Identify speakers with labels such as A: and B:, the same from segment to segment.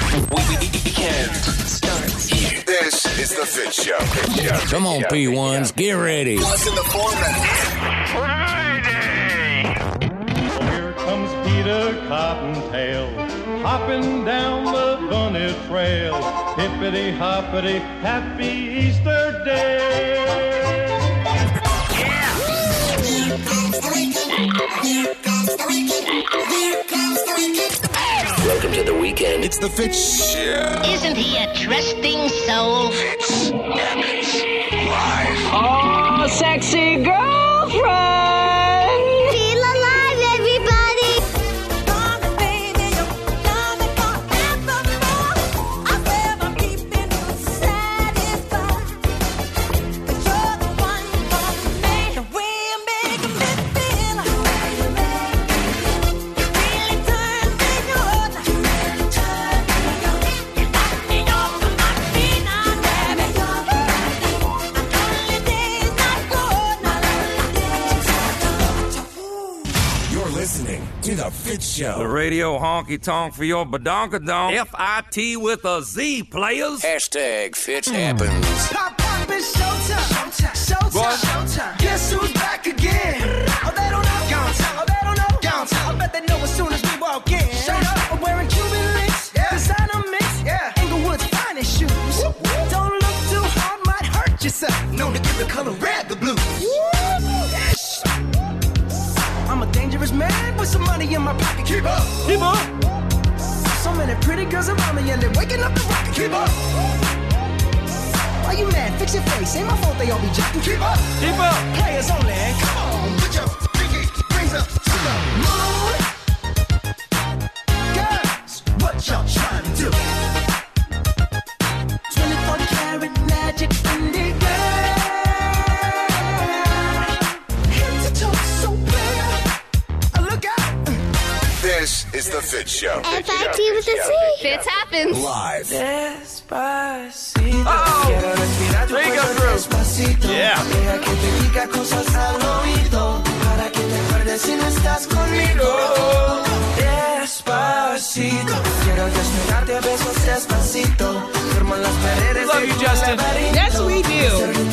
A: This is the Fit Show.
B: Come on, P1s, get ready.
A: What's in the format?
C: Here comes Peter Cottontail, hopping down the bunny trail. Hippity hoppity, happy Easter day.
B: Welcome to the weekend.
A: It's the Fit Show.
D: Isn't he a trusting soul?
E: Sexy girlfriend.
D: Feel alive, everybody.
A: You're listening to the Fit
F: The
A: Show.
F: radio honky tonk for your badonka donk. FIT with a Z players. Hmm.
B: Hashtag Fitz happens.
G: Pop, pop, it's showtime. Showtime. Showtime. Guess who's back again? Oh, they don't know. Gone time. Oh, they don't know. Gone time. I bet they know as soon as we walk in. Showed up. I'm wearing Cuban links. Yeah. Designer mix. Yeah. Englewood's finest shoes. Don't look too hard, might hurt yourself. Known to give the color red the blues. Yes. I'm a dangerous man with some money in my pocket. Keep up. Keep up. So many pretty girls around me and they're waking up the rocket. Keep up. Why you mad? Fix your face. Ain't my fault they all be jacking. Keep up. Keep up. Players only. Come on, put your pinky rings up to the moon. Girls, what y'all trying to do? 24 karat magic indigo. Head to toe so bad. Uh, Look out.
A: This is the Fit Show.
D: FIT with a Z.
H: Fits happens.
A: Live.
I: Oh, there you go, Drew.
A: Yeah.
I: Love you, Justin.
E: Yes, we do.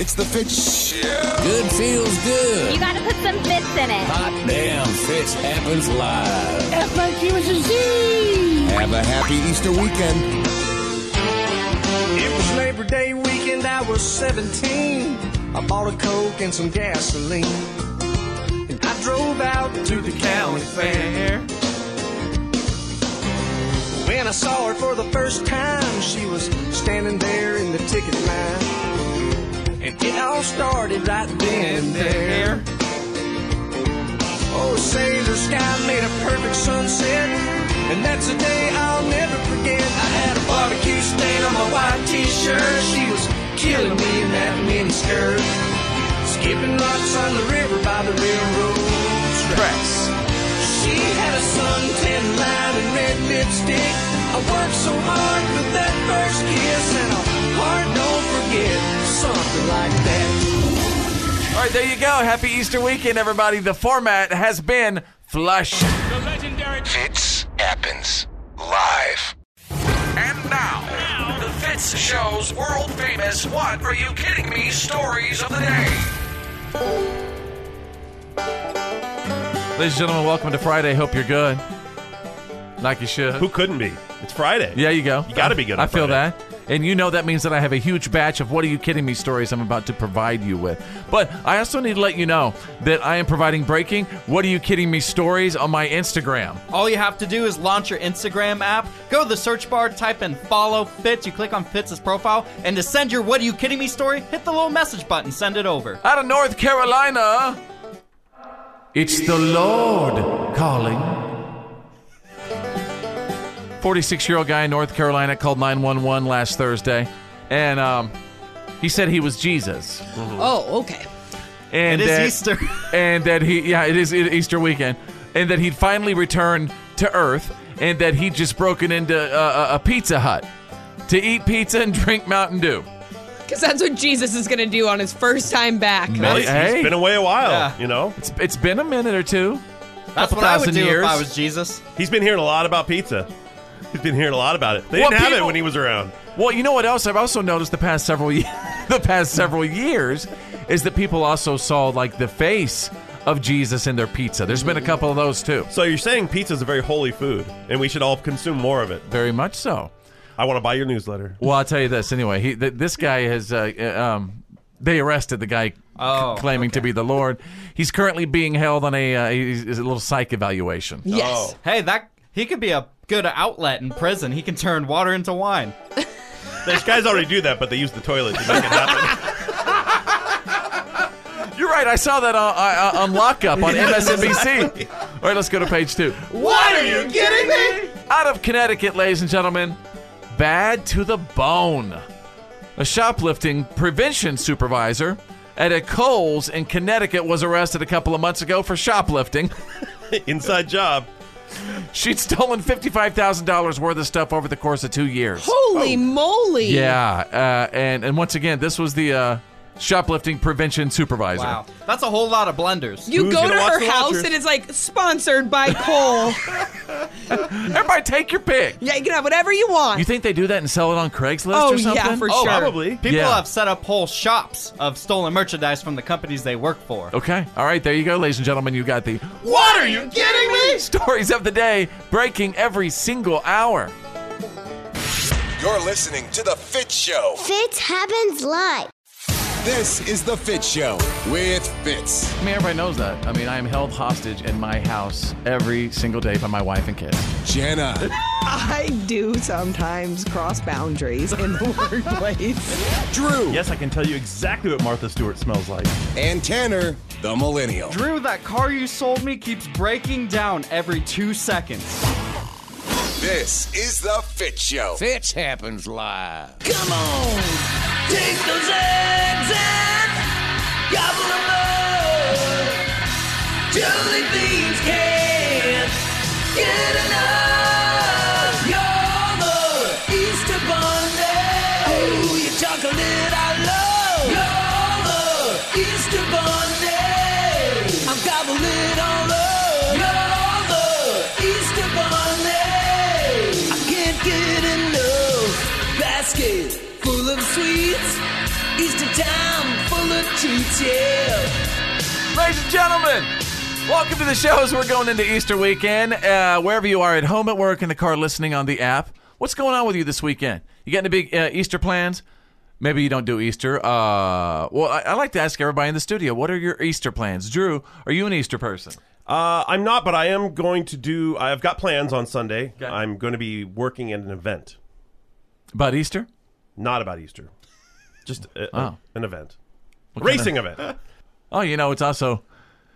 A: It's the Fit Show.
B: Good feels
H: You
B: good.
H: gotta put some fits in it.
B: Hot damn, Fitz happens live.
D: FIT with a Z.
A: Have a happy Easter weekend.
G: It was Labor Day weekend, I was 17. I bought a Coke and some gasoline. And I drove out to the county fair. When I saw her for the first time, she was standing there in the ticket line. And it all started right then and there. Oh, sailor sky made a perfect sunset. And that's a day I'll never forget. I had a barbecue stain on my white t-shirt. She was killing me in that mini skirt. Skipping lots on the river by the railroad tracks. She had a suntan line and red lipstick. I worked so hard for that first kiss, and a heart don't forget something like that.
I: All right, there you go. Happy Easter weekend, everybody. The format has been flushed.
A: Fits happens live.
F: And now, the Fitz Show's world famous What Are You Kidding Me stories of the day.
I: Ladies and gentlemen, welcome to Friday. Hope you're good. Like you should.
J: Who couldn't be? It's Friday.
I: Yeah, you go.
J: You got to be good. On
I: I feel
J: Friday.
I: that. And you know that means that I have a huge batch of what are you kidding me stories I'm about to provide you with. But I also need to let you know that I am providing breaking what are you kidding me stories on my Instagram.
C: All you have to do is launch your Instagram app, go to the search bar, type in follow Fitz, you click on Fitz's profile, and to send your what are you kidding me story, hit the little message button, send it over.
I: Out of North Carolina, it's the Lord calling. 46 year old guy in North Carolina called 911 last Thursday, and um, he said he was Jesus.
J: Mm-hmm.
K: Oh, okay.
I: and
K: It is
I: that-
K: Easter.
I: and that he yeah it is it- Easter weekend, and that he'd finally returned to Earth, and that he'd just broken into a, a, a Pizza Hut to eat pizza and drink Mountain Dew.
K: Because that's what Jesus is going to do on his first time back.
J: Well, he's- he's been away a while. You know,
I: it's it's been a minute or two.
J: That's
I: Couple what I would thousand do if years. I
C: was Jesus.
J: He's been hearing a lot about pizza. He's been hearing a lot about it. They
I: Well,
J: didn't have
I: people-
J: it when he was around.
I: Well, you know what else I've also noticed the past several ye- the past several years is that people also saw like the face of Jesus in their pizza. There's been a couple of those too.
J: So you're saying pizza is a very holy food, and we should all consume more of it.
I: Very much so.
J: I want to buy your newsletter.
I: Well, I'll tell you this anyway. He, th- this guy has, uh, uh, um, they arrested the guy c- claiming to be the Lord. He's currently being held on a, uh, he's, he's a little psych evaluation.
C: Oh. Hey, that he could be a good outlet in prison. He can turn water into wine.
J: These guys already do that, but they use the toilet to make it happen.
I: You're right. I saw that on, uh, on Lockup on MSNBC. All right, let's go to page two.
C: What are you kidding me?
I: Out of Connecticut, ladies and gentlemen, bad to the bone. A shoplifting prevention supervisor at a Kohl's in Connecticut was arrested a couple of months ago for shoplifting.
J: Inside job.
I: She'd stolen $55,000 worth of stuff over the course of two years.
K: Holy moly.
I: Oh. Yeah, uh, and and once again, this was the uh, shoplifting prevention supervisor.
C: Wow. That's a whole lot of blenders.
K: You go to her house and it's like sponsored by Cole.
I: Everybody take your pick.
K: Yeah, you can have whatever you want.
I: You think they do that and sell it on Craigslist or something?
C: oh, Probably. People
I: Yeah.
C: have set up whole shops of stolen merchandise from the companies they work for.
I: Okay, all right, there you go, ladies and gentlemen. You got the
C: What are you kidding me?
I: stories of the day breaking every single hour.
A: You're listening to The Fit Show.
L: Fitz happens live.
A: This is The Fit Show with Fitz.
I: I mean, everybody knows that. I mean, I am held hostage in my house every single day by my wife and kids.
A: Jenna.
K: I do sometimes cross boundaries in the workplace.
A: Drew.
J: Yes, I can tell you exactly what Martha Stewart smells like.
A: And Tanner, the millennial.
C: Drew, that car you sold me keeps breaking down every two seconds.
A: This is The Fit Show.
G: Fitch happens live.
A: Come on.
G: Take those eggs and gobble them up. Jelly beans can't get enough. You're the Easter Bunny. Oh, your chocolate I love. You're the Easter Bunny. I'm gobbling all up. You're the Easter Bunny. I can't get enough. Basket full of sweets. Easter time full of treats, yeah.
I: Ladies and gentlemen, welcome to the show as we're going into Easter weekend. Uh, wherever you are at home, at work, in the car, listening on the app, what's going on with you this weekend? You got any big uh, Easter plans? Maybe you don't do Easter. Uh, well, I, I like to ask everybody in the studio, what are your Easter plans? Drew, are you an Easter person?
J: Uh, I'm not, but I am going to do. I've got plans on Sunday. I'm going to be working at an event
I: about Easter.
J: Not about Easter. Just a, a-
I: Oh.
J: an event.
I: What kind
J: Racing
I: of-
J: event.
I: Oh, you know, it's also.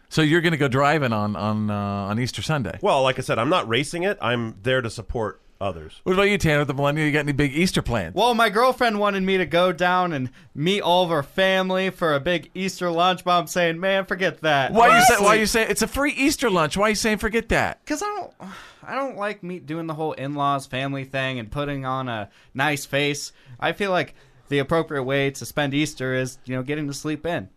I: So you're going to go driving on on uh, on Easter Sunday.
J: Well, like I said, I'm not racing it. I'm there to support others.
I: What about you, Tanner, the millennial? You got any big Easter plans?
C: Well, my girlfriend wanted me to go down and meet all of her family for a big Easter lunch, but I'm saying, man, forget that.
I: Why you say? Why you say? It's a free Easter lunch. Why you saying? Forget that.
C: Because I don't, I don't like me doing the whole in-laws family thing and putting on a nice face. I feel like the appropriate way to spend Easter is, you know, getting to sleep in.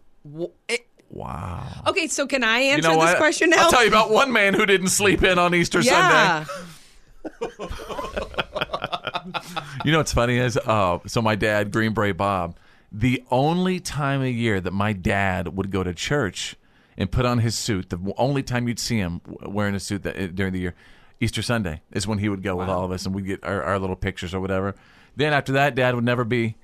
I: Wow.
K: Okay, so can I
I: You
K: answer
I: know
K: this
I: what?
K: question now?
I: I'll tell you about one man who didn't sleep in on Easter Sunday.
K: yeah.
I: You know what's funny is, uh, so my dad, Green Beret Bob, the only time of year that my dad would go to church and put on his suit, the only time you'd see him w- wearing a suit that, uh, during the year, Easter Sunday is when he would go with all of us, and we'd get our, our little pictures or whatever. Then after that, Dad would never be.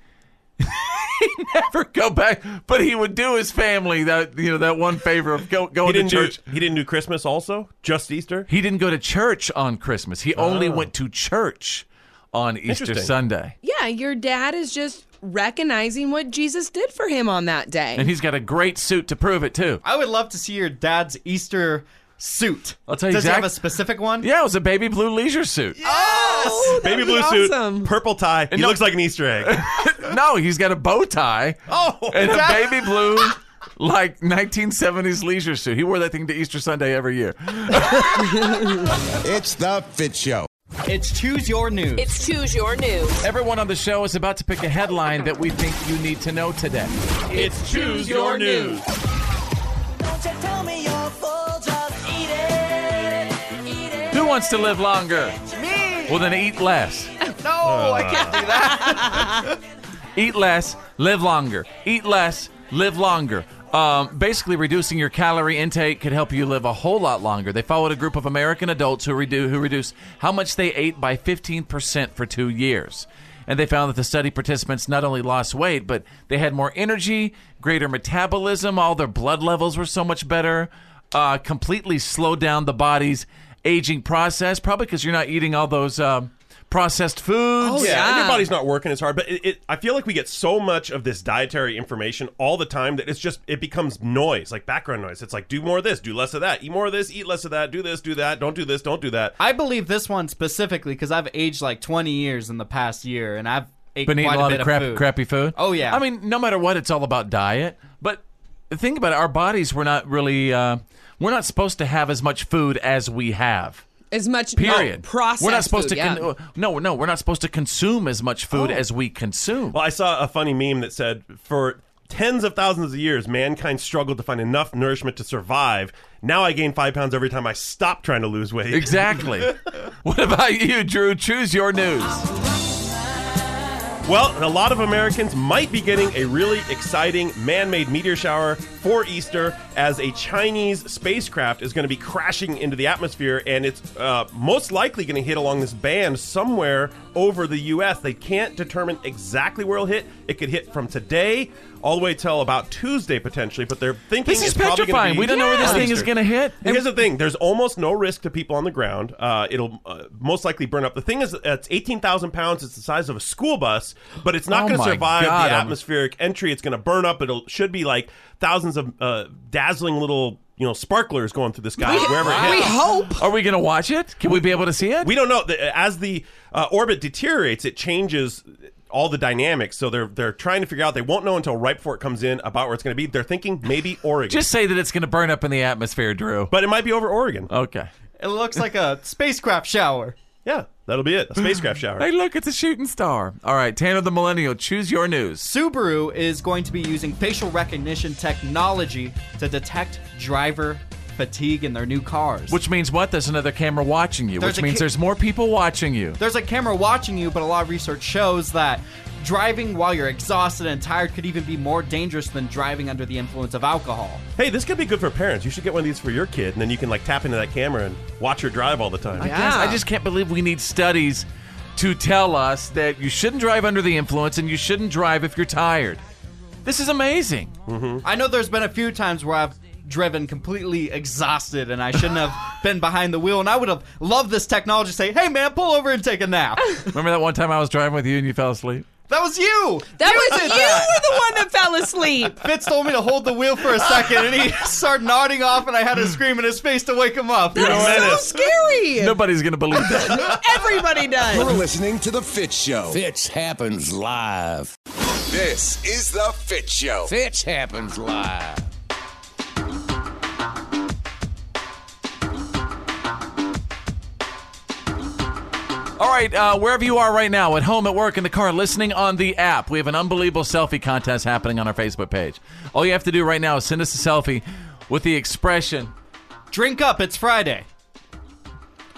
I: He'd never go back, but he would do his family that you know that one favor of go,
J: He
I: going to
J: didn't do,
I: church.
J: he didn't do Christmas also? Just Easter?
I: He didn't go to church on Christmas. He only went to church on Easter
J: Ah. Interesting.
I: Sunday.
K: Yeah, your dad is just recognizing what Jesus did for him on that day.
I: And he's got a great suit to prove it too.
C: I would love to see your dad's Easter suit.
I: I'll tell you
C: Does he have
I: exact-
C: a specific one?
I: Yeah, it was a baby blue leisure suit.
J: Oh, Baby blue suit, purple tie. He looks like an Easter egg.
I: no, he's got a bow tie.
C: Oh,
I: and a
J: that-
I: baby blue, like 1970s leisure suit. He wore that thing to Easter Sunday every year.
A: it's the Fit Show.
C: It's Choose Your News.
M: It's Choose Your News.
I: Everyone on the show is about to pick a headline that we think you need to know today. It's
B: Choose Your News.
I: Who wants to live longer?
B: Me!
I: Well, then eat less.
B: No, I can't do that.
I: Eat less, live longer. Eat less, live longer. Um, basically, reducing your calorie intake could help you live a whole lot longer. They followed a group of American adults who, redu- who reduced how much they ate by 15% for two years. And they found that the study participants not only lost weight, but they had more energy, greater metabolism, all their blood levels were so much better, uh, completely slowed down the body's aging process, probably because you're not eating all those um, processed foods.
J: Oh, and your body's not working as hard. But it, it, I feel like we get so much of this dietary information all the time that it's just it becomes noise, like background noise. It's like do more of this, do less of that, eat more of this, eat less of that, do this, do that, don't do this, don't do that.
C: I believe this one specifically because I've aged like 20 years in the past year, and I've ate
I: been eating
C: quite
I: a lot
C: bit
I: of, crap,
C: food.
I: crappy food.
C: Oh, yeah.
I: I mean, no matter what, it's all about diet. But think about it: our bodies were not really uh, we're not supposed to have as much food as we have.
K: as much
I: Period.
K: no, processed.
I: We're not supposed
K: food,
I: to
K: yeah.
I: con- no no we're not supposed to consume as much food as we consume.
J: Oh. Well, I saw a funny meme that said for tens of thousands of years, mankind struggled to find enough nourishment to survive. Now I gain five pounds every time I stop trying to lose weight.
I: Exactly. what about you, Drew? Choose your news.
J: Well, a lot of Americans might be getting a really exciting man made meteor shower for Easter as a Chinese spacecraft is going to be crashing into the atmosphere and it's uh, most likely going to hit along this band somewhere over the U.S. They can't determine exactly where it'll hit. It could hit from today all the way till about Tuesday potentially, but they're thinking
I: This is
J: it's probably gonna
I: petrifying.
J: be
I: We don't know where this
J: on
I: thing is
J: Easter.
I: gonna hit.
J: And here's the thing: there's almost no risk to people on the ground. Uh, it'll uh, most likely burn up. The thing is, uh, it's 18,000 pounds. It's the size of a school bus, but it's not
I: Oh
J: going to
I: my
J: survive
I: God,
J: the
I: I'm-
J: atmospheric entry. It's going to burn up. It should be like thousands of uh, dazzling little you know sparklers going through the sky
I: We-
J: wherever it
I: we
J: hits.
I: hope. Are we going to watch it? Can we be able to see it?
J: We don't know. The- As the uh, orbit deteriorates, it changes. All the dynamics, so they're they're trying to figure out. They won't know until right before it comes in about where it's going to be. They're thinking maybe Oregon.
I: Just say that it's going to burn up in the atmosphere, Drew.
J: But it might be over Oregon.
I: Okay.
C: It looks like a spacecraft shower.
J: Yeah, that'll be it. A spacecraft shower.
I: Hey, look, it's a shooting star. All right, Tanner the Millennial, choose your news.
C: Subaru is going to be using facial recognition technology to detect driver fatigue in their new cars.
I: Which means what? There's another camera watching you,
C: There's
I: which
C: a
I: means
C: ca-
I: there's more people watching you.
C: There's a camera watching you, but a lot of research shows that driving while you're exhausted and tired could even be more dangerous than driving under the influence of alcohol.
J: Hey, this could be good for parents. You should get one of these for your kid, and then you can like tap into that camera and watch her drive all the time.
I: I, guess, I just can't believe we need studies to tell us that you shouldn't drive under the influence and you shouldn't drive if you're tired. This is amazing.
C: I know there's been a few times where I've driven completely exhausted and I shouldn't have been behind the wheel, and I would have loved this technology to say, hey man, pull over and take a nap.
I: Remember that one time I was driving with you and you fell asleep?
C: That was you!
K: That was
C: did
K: you were the one that fell asleep.
C: Fitz told me to hold the wheel for a second, and he started nodding off, and I had to
I: Hmm.
C: scream in his face to wake him up.
J: You're a menace.
K: scary.
I: Nobody's going to believe that.
K: Everybody does.
A: You're listening to the Fit Show.
F: Fitch happens live.
A: This is the Fit Show.
F: Fitch happens live.
I: All right, uh, wherever you are right now, at home, at work, in the car, listening on the app, we have an unbelievable selfie contest happening on our Facebook page. All you have to do right now is send us a selfie with the expression
C: Drink up, it's Friday.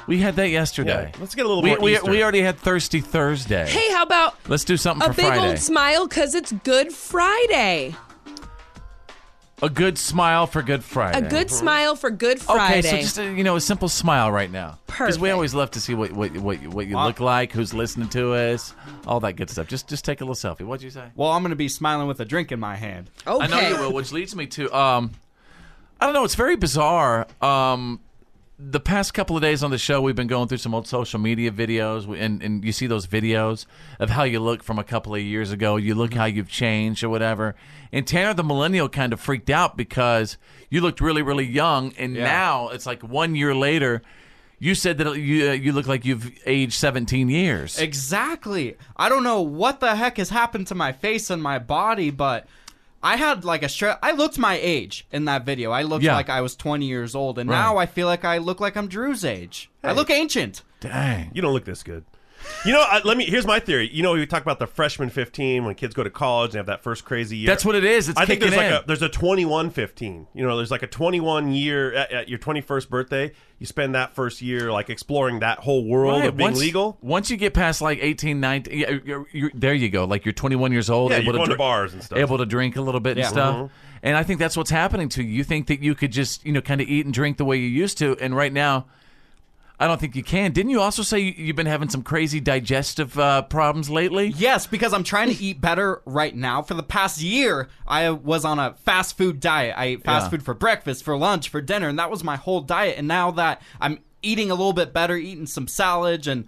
I: We had that yesterday.
C: Yeah, let's get a little
I: we,
C: more
I: we,
C: Easter.
I: we already had Thirsty Thursday.
K: Hey, how about
I: Let's do something
K: a
I: for
K: big
I: Friday.
K: old smile because it's Good Friday.
I: a good smile for Good Friday.
C: Mhm.
K: A good smile for Good Friday.
I: Okay, so just uh, you know, a simple smile right now. Because we always love to see what what what, what you look like, who's listening to us, all that good stuff. Just just take a little selfie. What'd you say?
C: Well, I'm gonna be smiling with a drink in my hand.
I: I know you will, which leads me to um, I don't know. It's very bizarre. Um, the past couple of days on the show, we've been going through some old social media videos, we- and and you see those videos of how you look from a couple of years ago. You look how you've changed or whatever. And Tanner, the millennial, kind of freaked out because you looked really really young, and
M: Yeah.
I: now it's like one year later. You said that you uh, you look like you've aged 17 years.
C: Exactly. I don't know what the heck has happened to my face and my body, but I had like a stre- I looked my age in that video. I looked
I: Yeah.
C: like I was 20 years old, and
I: Right.
C: now I feel like I look like I'm Drew's age. I look ancient.
I: Dang.
J: You don't look this good. You know, I, let me. Here's my theory. You know, we talk about the freshman 15 when kids go to college and have that first crazy year.
I: That's what it is. It's
J: I think there's
I: kicking
J: like
I: in.
J: a there's a 21 15. You know, there's like a 21 year at, at your 21st birthday. You spend that first year like exploring that whole world
I: Right,
J: of being
I: once,
J: legal.
I: Once you get past like 18, 19, yeah, you're, you're, there you go. Like you're 21 years old,
J: Yeah,
I: able
J: you're going to
I: dr-
J: bars and stuff.
I: able to drink a little bit
J: Yeah.
I: and stuff.
J: Mhm.
I: And I think that's what's happening to you. You think that you could just you know kind of eat and drink the way you used to, and right now. I don't think you can. Didn't you also say you- you've been having some crazy digestive uh, problems lately?
C: Yes, because I'm trying to eat better right now. For the past year, I was on a fast food diet. I ate fast
I: Yeah.
C: food for breakfast, for lunch, for dinner, and that was my whole diet. And now that I'm eating a little bit better, eating some salad and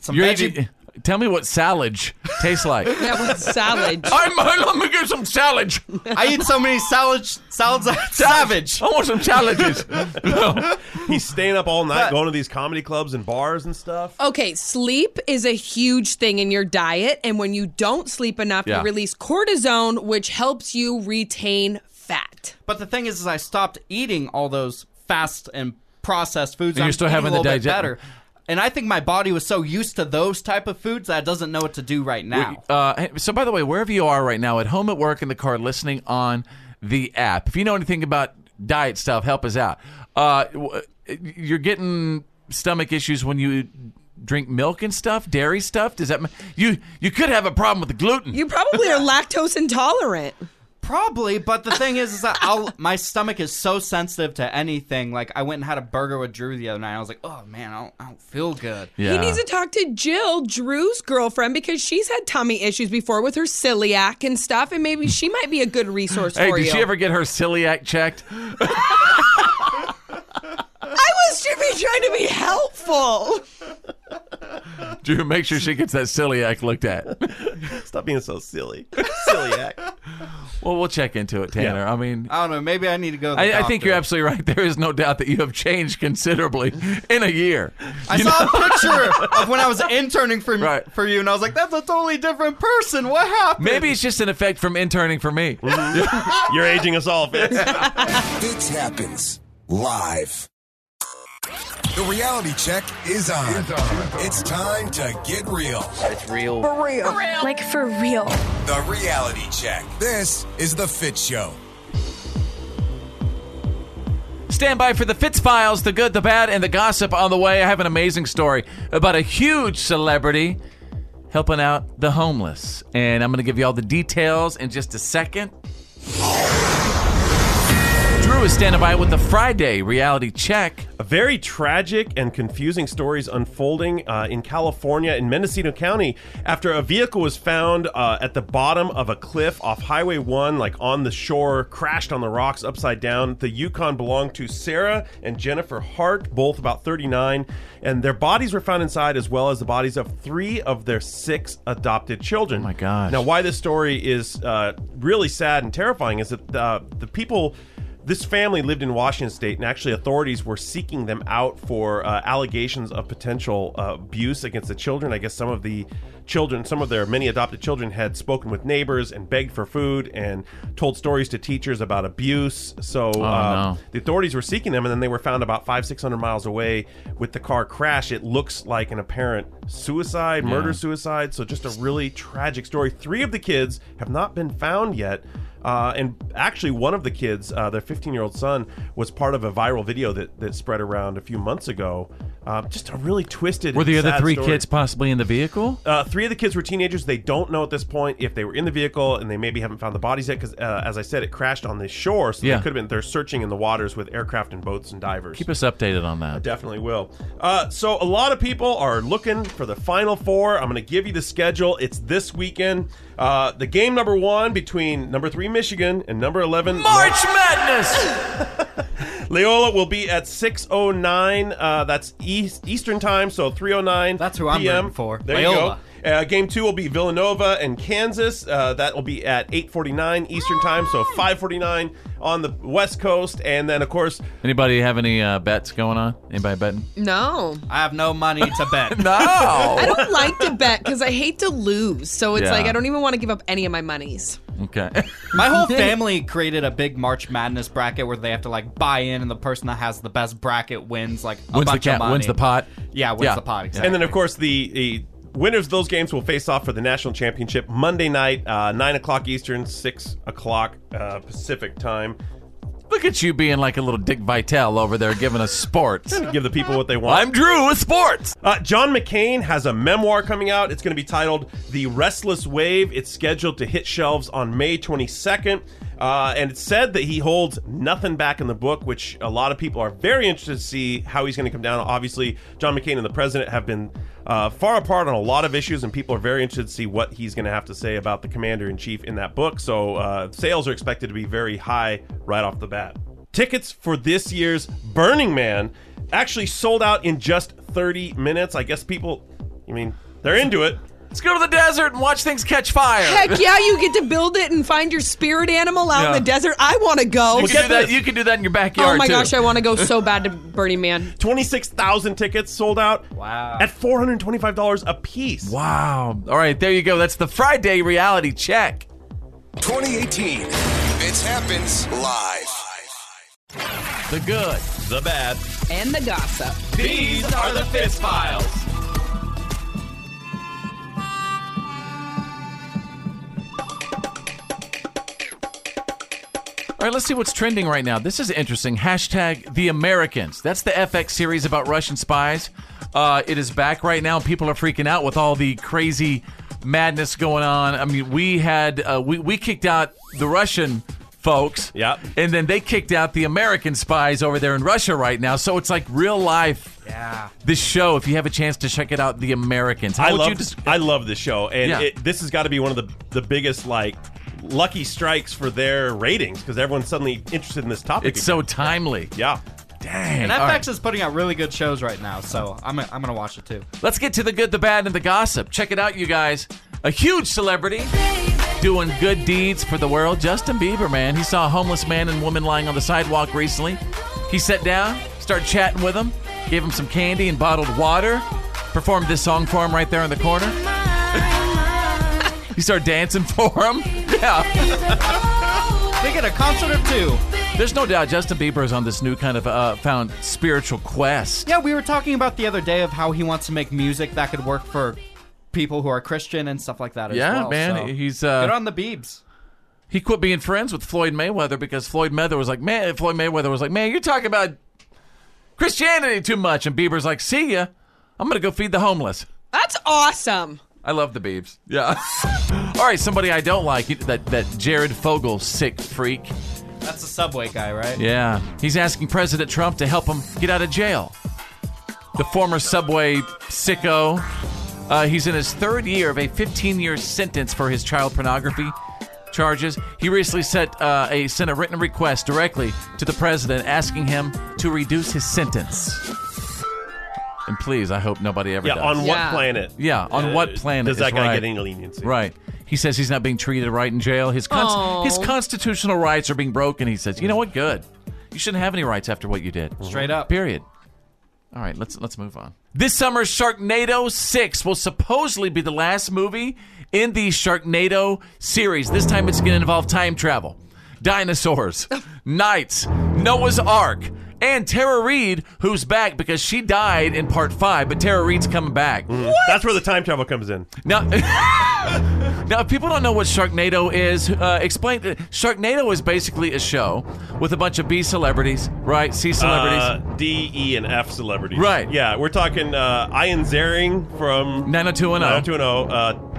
C: some
I: You're
C: veggie.
I: eating- tell me what salad tastes like.
C: That was salad.
I: I'm, I'm, let me get some salad.
C: I eat so many salads. Salads. Savage.
I: I want some challenges.
J: He's staying up all night, going to these comedy clubs and bars and stuff.
K: Okay, sleep is a huge thing in your diet, and when you don't sleep enough,
C: Yeah.
K: you release cortisone, which helps you retain fat.
C: But the thing is, is I stopped eating all those fast and processed foods.
I: And you're
C: I'm
I: still
C: eating
I: having
C: a
I: the
C: little bit
I: digest-
C: better. And I think my body was so used to those type of foods that it doesn't know what to do right now.
I: Uh, hey, so, by the way, wherever you are right now, at home, at work, in the car, listening on the app, if you know anything about diet stuff, help us out. Uh, w- you're getting stomach issues when you drink milk and stuff, dairy stuff. Does that m- you you could have a problem with the gluten?
K: You probably are lactose intolerant.
C: Probably, but the thing is, is that I'll, my stomach is so sensitive to anything. Like I went and had a burger with Drew the other night. I was like, oh man, I don't, I don't feel good.
K: He
I: Uh.
K: needs to talk to Jill, Drew's girlfriend, because she's had tummy issues before with her celiac and stuff, and maybe she might be a good resource
I: Hey,
K: for
I: did
K: you.
I: she ever get her celiac checked?
K: I was Jimmy trying to be helpful.
I: Drew, make sure she gets that celiac looked at.
J: Stop being so silly. Celiac.
I: well, we'll check into it, Tanner. I mean,
C: I don't know. Maybe I need to go. To the
I: I, I think
C: doctor.
I: you're absolutely right. There is no doubt that you have changed considerably in a year.
C: I
I: You
C: saw
I: know?
C: a picture of when I was interning for for you, and I was like, that's a totally different person. What happened?
I: Maybe it's just an effect from interning for me.
J: Mm-hmm. You're aging us all, Fitz.
A: Fitz happens live. The reality check is on. It's, time to get real. It's real.
N: real. Like for real.
A: The reality check. This is the Fit Show.
I: Stand by for the Fitz Files, the good, the bad, and the gossip on the way. I have an amazing story about a huge celebrity helping out the homeless. And I'm going to give you all the details in just a second. Drew is standing by with the Friday reality check.
J: A very tragic and confusing stories unfolding uh, in California in Mendocino County after a vehicle was found uh, at the bottom of a cliff off Highway 1, like on the shore, crashed on the rocks upside down. The Yukon belonged to Sarah and Jennifer Hart, both about 39, and their bodies were found inside as well as the bodies of three of their six adopted children. Oh my gosh. Now, why this story is uh, really sad and terrifying is that uh, the people this family lived in Washington State, and actually authorities were seeking them out for uh, allegations of potential uh, abuse against the children. I guess some of the children, some of their many adopted children, had spoken with neighbors and begged for food and told stories to teachers about abuse. So uh,
I: no.
J: the authorities were seeking them, and then they were found about five, six hundred miles away with the car crash. It looks like an apparent suicide,
I: Yeah.
J: murder suicide. So just a really tragic story. Three of the kids have not been found yet. Uh, and actually, one of the kids, uh, their 15 year old son, was part of a viral video that, that spread around a few months ago Um, just a really twisted.
I: Were the
J: and
I: other
J: sad
I: three
J: story.
I: kids possibly in the vehicle?
J: Uh, three of the kids were teenagers. They don't know at this point if they were in the vehicle, and they maybe haven't found the bodies yet. Because, uh, as I said, it crashed on the shore, so
I: Yeah.
J: they could have been. They're searching in the waters with aircraft and boats and divers.
I: Keep us updated on
J: I
I: that.
J: definitely will. Uh, so a lot of people are looking for the final four. I'm going to give you the schedule. It's this weekend. Uh, the game number one between number three Michigan and number eleven
I: March Madness.
J: Leola will be at 6:09. Uh, that's East, Eastern time, so 3:09. That's who
C: I'm
J: PM.
C: rooting for,
J: There
C: Leola.
J: you go. Uh, game two will be Villanova and Kansas. Uh, that will be at 8:49 Eastern time, so 5:49 on the West Coast. And then, of course,
I: Anybody have any uh, bets going on? Anybody betting?
K: No.
C: I have no money to bet.
I: no.
K: I don't like to bet because I hate to lose. So it's
C: Yeah.
K: like I don't even want to give up any of my monies.
I: Okay.
C: My whole family created a big March Madness bracket where they have to like buy in, and the person that has the best bracket wins like a
I: Wins the
C: bunch
I: cat-
C: of money.
I: wins the pot.
C: Yeah, wins the pot. Exactly.
J: And then, of course, the, the winners of those games will face off for the national championship Monday night, uh, nine o'clock Eastern, six o'clock uh, Pacific time.
I: Look at you being like a little Dick Vitale over there giving us sports.
J: Give the people what they want.
I: I'm Drew with sports.
J: Uh, John McCain has a memoir coming out. It's going to be titled "The Restless Wave." It's scheduled to hit shelves on May 22nd, uh, and it's said that he holds nothing back in the book, which a lot of people are very interested to see how he's going to come down. Obviously, John McCain and the president have been uh, far apart on a lot of issues, and people are very interested to see what he's going to have to say about the commander in chief in that book. So, uh, sales are expected to be very high right off the bat. Tickets for this year's Burning Man actually sold out in just 30 minutes. I guess people, I mean, they're into it.
I: Let's go to the desert and watch things catch fire.
K: Heck yeah, you get to build it and find your spirit animal out
I: Yeah.
K: in the desert. I want to go.
I: You can, do that, you can do that in your backyard.
K: Oh my
I: too.
K: gosh, I want to go so bad to Burning Man.
J: 26,000 tickets sold out. Wow. At $425 a piece.
I: Wow. All right, there you go. That's the Friday reality check.
A: 2018. Fitz happens live.
I: The good,
J: the bad.
K: And the gossip.
I: These are the Fist Files. All right, let's see what's trending right now. This is interesting. Hashtag The Americans. That's the FX series about Russian spies. Uh, it is back right now. People are freaking out with all the crazy madness going on. I mean, we had uh, we we kicked out the Russian folks. Yep. And then they kicked out the American spies over there in Russia right now. So it's like real life.
C: Yeah.
I: This show, if you have a chance to check it out, The Americans. How
J: I
I: would
J: love,
I: you dis-
J: I love this show, and
I: Yeah.
J: it, this has got to be one of the the biggest like lucky strikes for their ratings because everyone's suddenly interested in this topic.
I: It's so timely.
J: Yeah.
I: Dang.
C: And
I: all
C: FX
I: right.
C: is putting out really good shows right now, so I'm, I'm gonna watch it too.
I: Let's get to the good, the bad, and the gossip. Check it out, you guys. A huge celebrity doing good deeds for the world. Justin Bieber, man. He saw a homeless man and woman lying on the sidewalk recently. He sat down, started chatting with him, gave him some candy and bottled water, performed this song for him right there in the corner. he started dancing for him. Yeah.
C: they get a concert or two.
I: There's no doubt Justin Bieber is on this new kind of uh, found spiritual quest.
C: Yeah, we were talking about the other day of how he wants to make music that could work for people who are Christian and stuff like that. as
I: Yeah,
C: well,
I: man,
C: so.
I: he's, uh,
C: good on the Biebs.
I: he quit being friends with Floyd Mayweather because Floyd Mayweather was like, man, Floyd Mayweather was like, man, you're talking about Christianity too much, and Bieber's like, see ya, I'm gonna go feed the homeless.
K: That's awesome.
I: I love the Biebs. Yeah. All right, somebody I don't like that that Jared Fogle sick freak.
C: That's the subway guy, right?
I: Yeah, he's asking President Trump to help him get out of jail. The former Subway sicko. Uh, he's in his third year of a 15 year sentence for his child pornography charges. He recently sent, uh, a, sent a written request directly to the president asking him to reduce his sentence. And please, I hope nobody ever
J: Yeah,
I: does.
J: on what Yeah. planet?
I: Yeah, on
J: Uh,
I: what planet?
J: does that
I: is
J: guy
I: right.
J: get any leniency?
I: Right. He says he's not being treated right in jail. His
K: Aw.
I: cons- his constitutional rights are being broken. He says, "You know what? Good. You shouldn't have any rights after what you did." Mm-hmm.
C: Straight up.
I: Period. All right, let's let's move on. This summer's Sharknado 6 will supposedly be the last movie in the Sharknado series. This time it's going to involve time travel, dinosaurs, knights, Noah's Ark, and Tara Reid, who's back because she died in
J: Mm.
I: part 5, but Tara Reid's coming back.
J: That's where the time travel comes in.
I: Now, Now, if people don't know what Sharknado is, uh, explain. Sharknado is basically a show with a bunch of B celebrities, right? C celebrities.
J: Uh, D, E, and F celebrities.
I: Right.
J: Yeah, we're talking uh, Ian Zaring from
I: 90210.
J: 90210.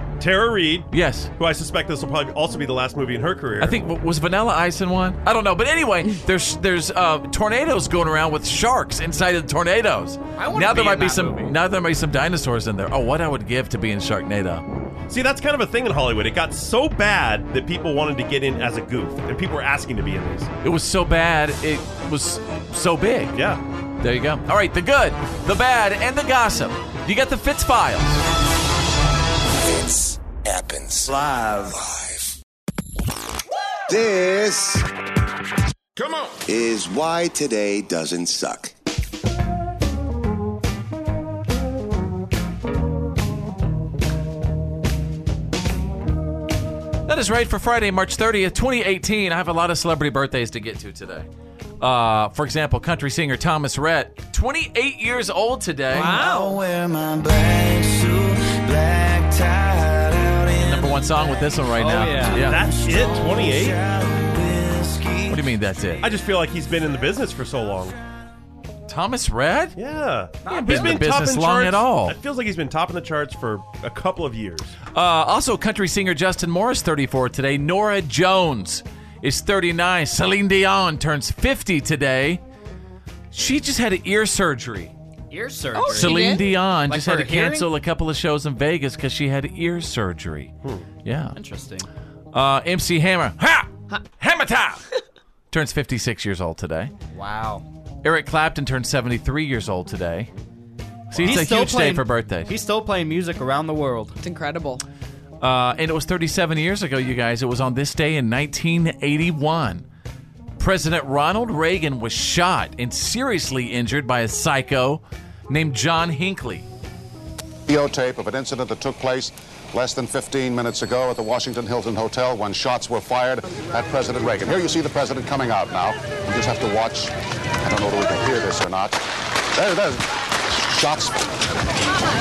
J: Uh, Tara Reid.
I: oh. Yes.
J: Who I suspect this will probably also be the last movie in her career.
I: I think w- was Vanilla Ice in one. I don't know, but anyway, there's there's uh, tornadoes going around with sharks inside of the tornadoes.
J: wanna
I: now there
J: be
I: might
J: in
I: be
J: that
I: some now there might be some dinosaurs in there. Oh, what I would give to be in Sharknado.
J: See, that's kind of a thing in Hollywood. It got so bad that people wanted to get in as a goof, and people were asking to be in these.
I: It was so bad. It was so big.
J: Yeah.
I: There you go. All right, the good, the bad, and the gossip. You got the Fitz files.
A: Fits happens live. Live. This. Come on. Is why today doesn't suck.
I: That is right for Friday, March 30th, 2018. I have a lot of celebrity birthdays to get to today. Uh, for example, country singer Thomas Rhett, 28 years old today.
O: Wow. wear my black suit, black tie out in
I: Number one song with this one right
O: Oh,
I: now.
O: yeah.
J: That's it? 28?
I: What do you mean that's it?
J: I just feel like he's been in the business for so long.
I: Thomas Red?
J: Yeah.
I: Not been in the business long
J: charts.
I: at all.
J: It feels like he's been topping the charts for a couple of years.
I: Uh, also, country singer Justin Morris, 34 today. Nora Jones is 39. Celine Dion turns 50 today. She just had an ear surgery.
C: Ear surgery.
I: Celine Dion
C: Oh, Like
I: just
C: for
I: had to
C: her hearing?
I: cancel a couple of shows in Vegas because she had ear surgery. Yeah.
C: Hmm. Interesting.
I: Uh, MC Hammer. Ha! Hammer time! turns 56 years old today.
C: Wow.
I: Eric Clapton turns 73 years old today. See, it's a huge day for birthdays.
C: He's still playing music around the world.
K: It's incredible.
I: Uh, and it was 37 years ago, you guys. It was on this day in 1981. President Ronald Reagan was shot and seriously injured by a psycho named John Hinckley.
M: videotape of an incident that took place less than 15 minutes ago at the Washington Hilton Hotel when shots were fired at President Reagan. Here you see the president coming out now. You just have to watch. I don't know whether we can hear this or not. There, there's shots.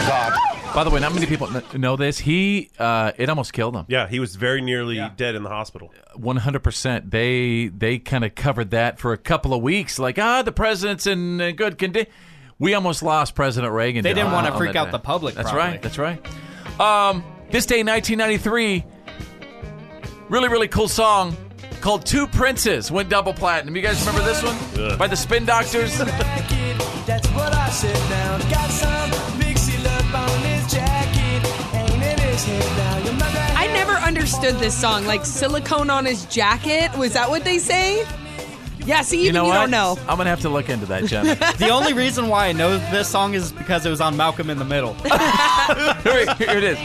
M: God.
I: By the way, not many people kn- know this. He, uh, it almost killed him.
J: Yeah, he was very nearly dead in the hospital.
I: 100%. They, they kind of covered that for a couple of weeks. Like, ah, the president's in uh, good condition. We almost lost President Reagan.
C: They didn't
I: on-
C: wanna
I: on
F: Oh,
C: freak
I: that
C: out
I: day.
C: the public,
I: That's
C: probably.
I: right. That's right. Um, this day, 1993, really, really cool song called Two Princes went double platinum. You guys remember this one? By the Spin Doctors?
G: That's what I said now. Got some Mixie love on his jacket. Ain't in his head now. Your mother
K: I never understood this song. Like silicone on his jacket. Was that what they say? Yeah, see, even you, don't know.
I: I'm going to have to look into that, Jenny.
C: the only reason why I know this song is because it was on Malcolm in the Middle.
I: here, here it is.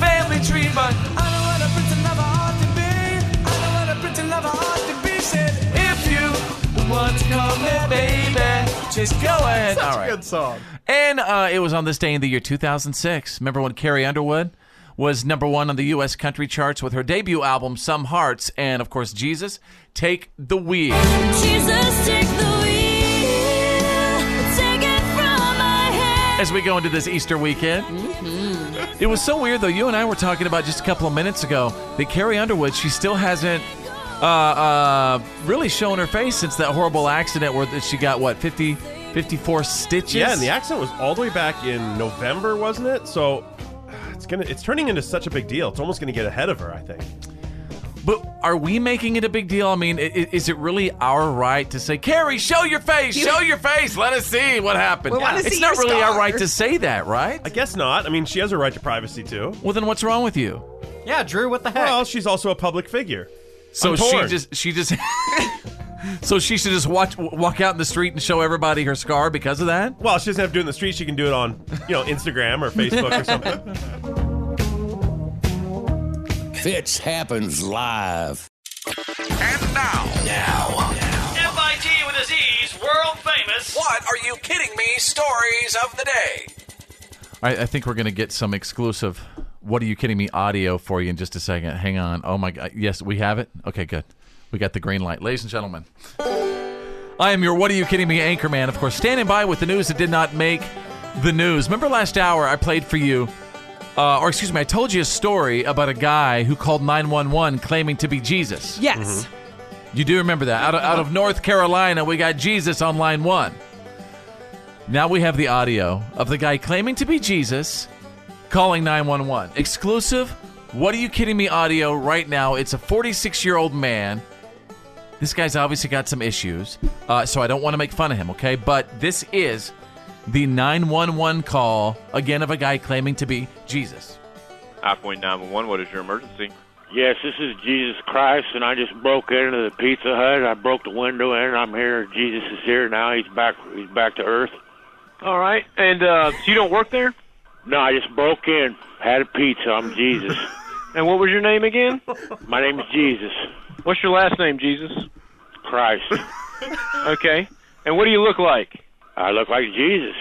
G: Family tree, but I don't want a prince and never ought to be. I don't want a prince and never ought to be. Said if you want to call me baby, just go ahead.
I: Such a All right. good
C: song.
I: And uh, it was on this day in the year 2006. Remember when Carrie Underwood was number one on the U.S. country charts with her debut album, Some Hearts, and of course, Jesus, Take the Wheel.
G: Jesus, take the wheel, take it from my hand.
I: As we go into this Easter weekend,
J: Mm-hmm.
I: it was so weird though. You and I were talking about just a couple of minutes ago that Carrie Underwood, she still hasn't uh, uh, really shown her face since that horrible accident where that she got, what, 50, 54 stitches?
J: Yeah, and the accident was all the way back in November, wasn't it? So it's gonna it's turning into such a big deal. It's almost gonna get ahead of her, I think.
I: But are we making it a big deal? I mean, i- i- is it really our right to say, Carrie, show your face, show your face, let us see what happened?
J: We wanna
I: it's
J: see
I: not
J: your
I: really our
J: scars.
I: right to say that, right?
J: I guess not. I mean, she has a right to privacy too.
I: Well, then what's wrong with you?
C: Yeah, Drew, what the heck?
J: Well, she's also a public figure.
I: So
J: I'm
I: she
J: torn.
I: just, she just, so she should just watch, walk out in the street and show everybody her scar because of that.
J: Well, she doesn't have to do it in the street. She can do it on, you know, Instagram or Facebook or something.
F: Fitz happens live.
P: And now,
F: Now.
P: MIT with his E's, world famous. What are you kidding me? Stories of the day.
I: I, I think we're gonna get some exclusive. What are you kidding me? Audio for you in just a second. Hang on. Oh my god. Yes, we have it. Okay, good. We got the green light, ladies and gentlemen. I am your What Are You Kidding Me anchorman, of course, standing by with the news that did not make the news. Remember last hour I played for you uh, or excuse me, I told you a story about a guy who called 911 claiming to be Jesus. Mm-hmm.
K: Yes.
I: You do remember that. Out of, out of North Carolina, we got Jesus on line one. Now we have the audio of the guy claiming to be Jesus calling 911. Exclusive, what are you kidding me audio right now. It's a 46 year old man. This guy's obviously got some issues, uh, so I don't want to make fun of him, okay? But this is the 911 call, again, of a guy claiming to be Jesus.
Q: Outpoint 911, what is your emergency?
R: Yes, this is Jesus Christ, and I just broke into the Pizza Hut. I broke the window in. I'm here. Jesus is here now. He's back. He's back to Earth.
Q: All right, and uh, so you don't work there?
R: No, I just broke in. Had a pizza. I'm Jesus.
Q: And what was your name again?
R: My name's Jesus
Q: What's your last name, Jesus?
R: Christ.
Q: Okay. And what do you look like?
R: I look like Jesus.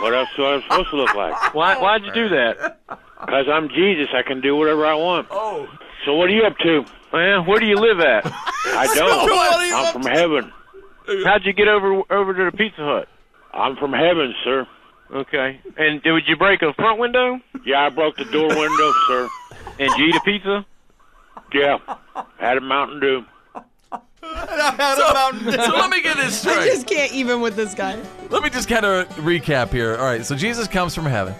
R: What else do I supposed to look like?
Q: Why, why'd you do that?
R: Because I'm Jesus. I can do whatever I want.
Q: Oh.
R: So what are you up to?
Q: Well, where do you live at?
R: I don't. I'm from heaven.
Q: How'd you get over over to the Pizza Hut?
R: I'm from heaven, sir.
Q: Okay. And did you break a front window?
R: Yeah, I broke the door window, sir.
Q: And did you eat a pizza?
R: Yeah. Had a Mountain Dew.
I: so, so let me get this straight.
K: I just can't even with this guy.
I: Let me just kind of recap here. All right, so Jesus comes from heaven,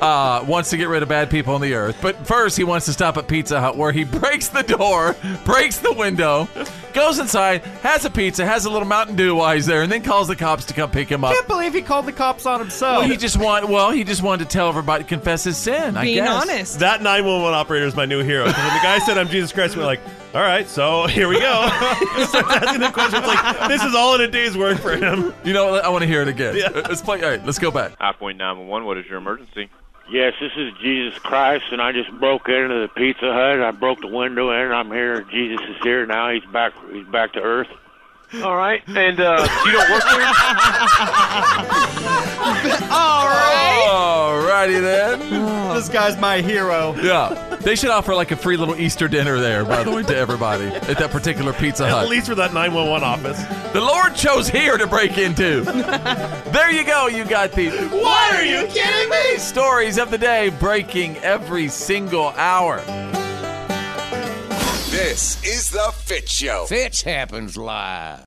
I: uh, wants to get rid of bad people on the earth, but first he wants to stop at Pizza Hut where he breaks the door, breaks the window, goes inside, has a pizza, has a little Mountain Dew while he's there, and then calls the cops to come pick him up.
C: can't believe he called the cops on himself.
I: Well, he just want well, he just wanted to tell everybody confess his sin. I guess.
J: That 911 operator is my new hero. 'Cause When the guy said, I'm Jesus Christ, we're like, all right, so here we go. He starts asking the questions like, this is all in a day's work for him.
I: You know, what? I want to hear it again. Let's play. All right, let's go back.
Q: Outpoint 911, what is your emergency?
R: Yes, this is Jesus Christ, and I just broke into the Pizza Hut. I broke the window in. I'm here. Jesus is here now. He's back. He's back to Earth.
Q: All right. And uh, you don't work there?
C: All right.
I: Alrighty then.
C: This guy's my hero.
I: Yeah, they should offer like a free little Easter dinner there, by the way, to everybody at that particular Pizza
J: At
I: Hut.
J: least for that 911 office.
I: The Lord chose here to break into. there you go. You got the.
B: What are you kidding me?
I: Stories of the day breaking every single hour.
A: This is the Fit Show.
F: Fitch happens live.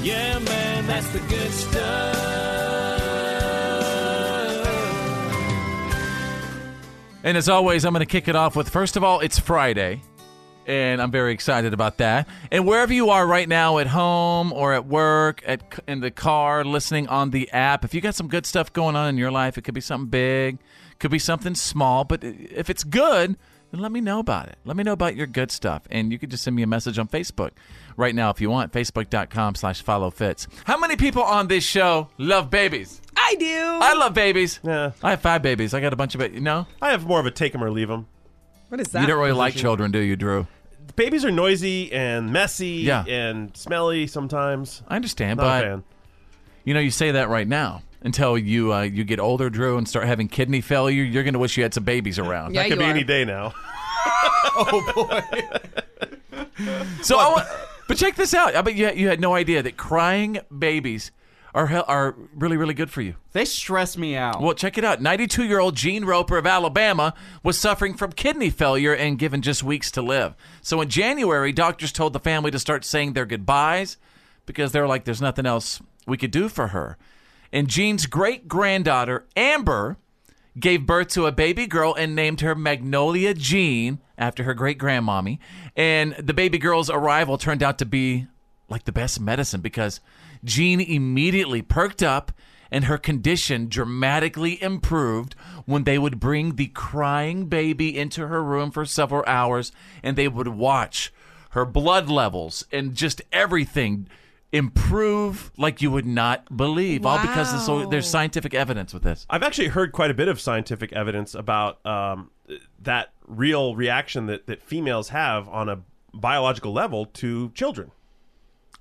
B: Yeah, man, that's the good stuff.
I: And as always, I'm going to kick it off with first of all, it's Friday. And I'm very excited about that. And wherever you are right now, at home or at work, at in the car, listening on the app, if you got some good stuff going on in your life, it could be something big, could be something small. But if it's good, then let me know about it. Let me know about your good stuff. And you could just send me a message on Facebook right now if you want. Facebook.com slash follow fits. How many people on this show love babies?
K: I do.
I: I love babies. Yeah. I have five babies. I got a bunch of babies. No?
J: I have more of a take them or leave them.
K: What is that?
I: You don't really like
J: position?
I: children, do you, Drew?
J: Babies are noisy and messy
I: Yeah.
J: and smelly sometimes.
I: I understand,
J: Not a
I: but
J: fan.
I: you know, you say that right now. Until you uh, you get older, Drew, and start having kidney failure, you're going to wish you had some babies around.
J: that could be any day now.
I: So, I want, but check this out. I bet you had, you had no idea that crying babies are hel- are really really good for you.
C: They stress me out.
I: Well, check it out. 92 year old Gene Roper of Alabama was suffering from kidney failure and given just weeks to live. So in January, doctors told the family to start saying their goodbyes because they were like, there's nothing else we could do for her. And Gene's great granddaughter, Amber, gave birth to a baby girl and named her Magnolia Jean after her great grandmommy. And the baby girl's arrival turned out to be like the best medicine because Jean immediately perked up and her condition dramatically improved when they would bring the crying baby into her room for several hours and they would watch her blood levels and just everything improve like you would not believe all because there's, so, there's scientific evidence with this
J: I've actually heard quite a bit of scientific evidence about um, that real reaction that, that females have on a biological level to children.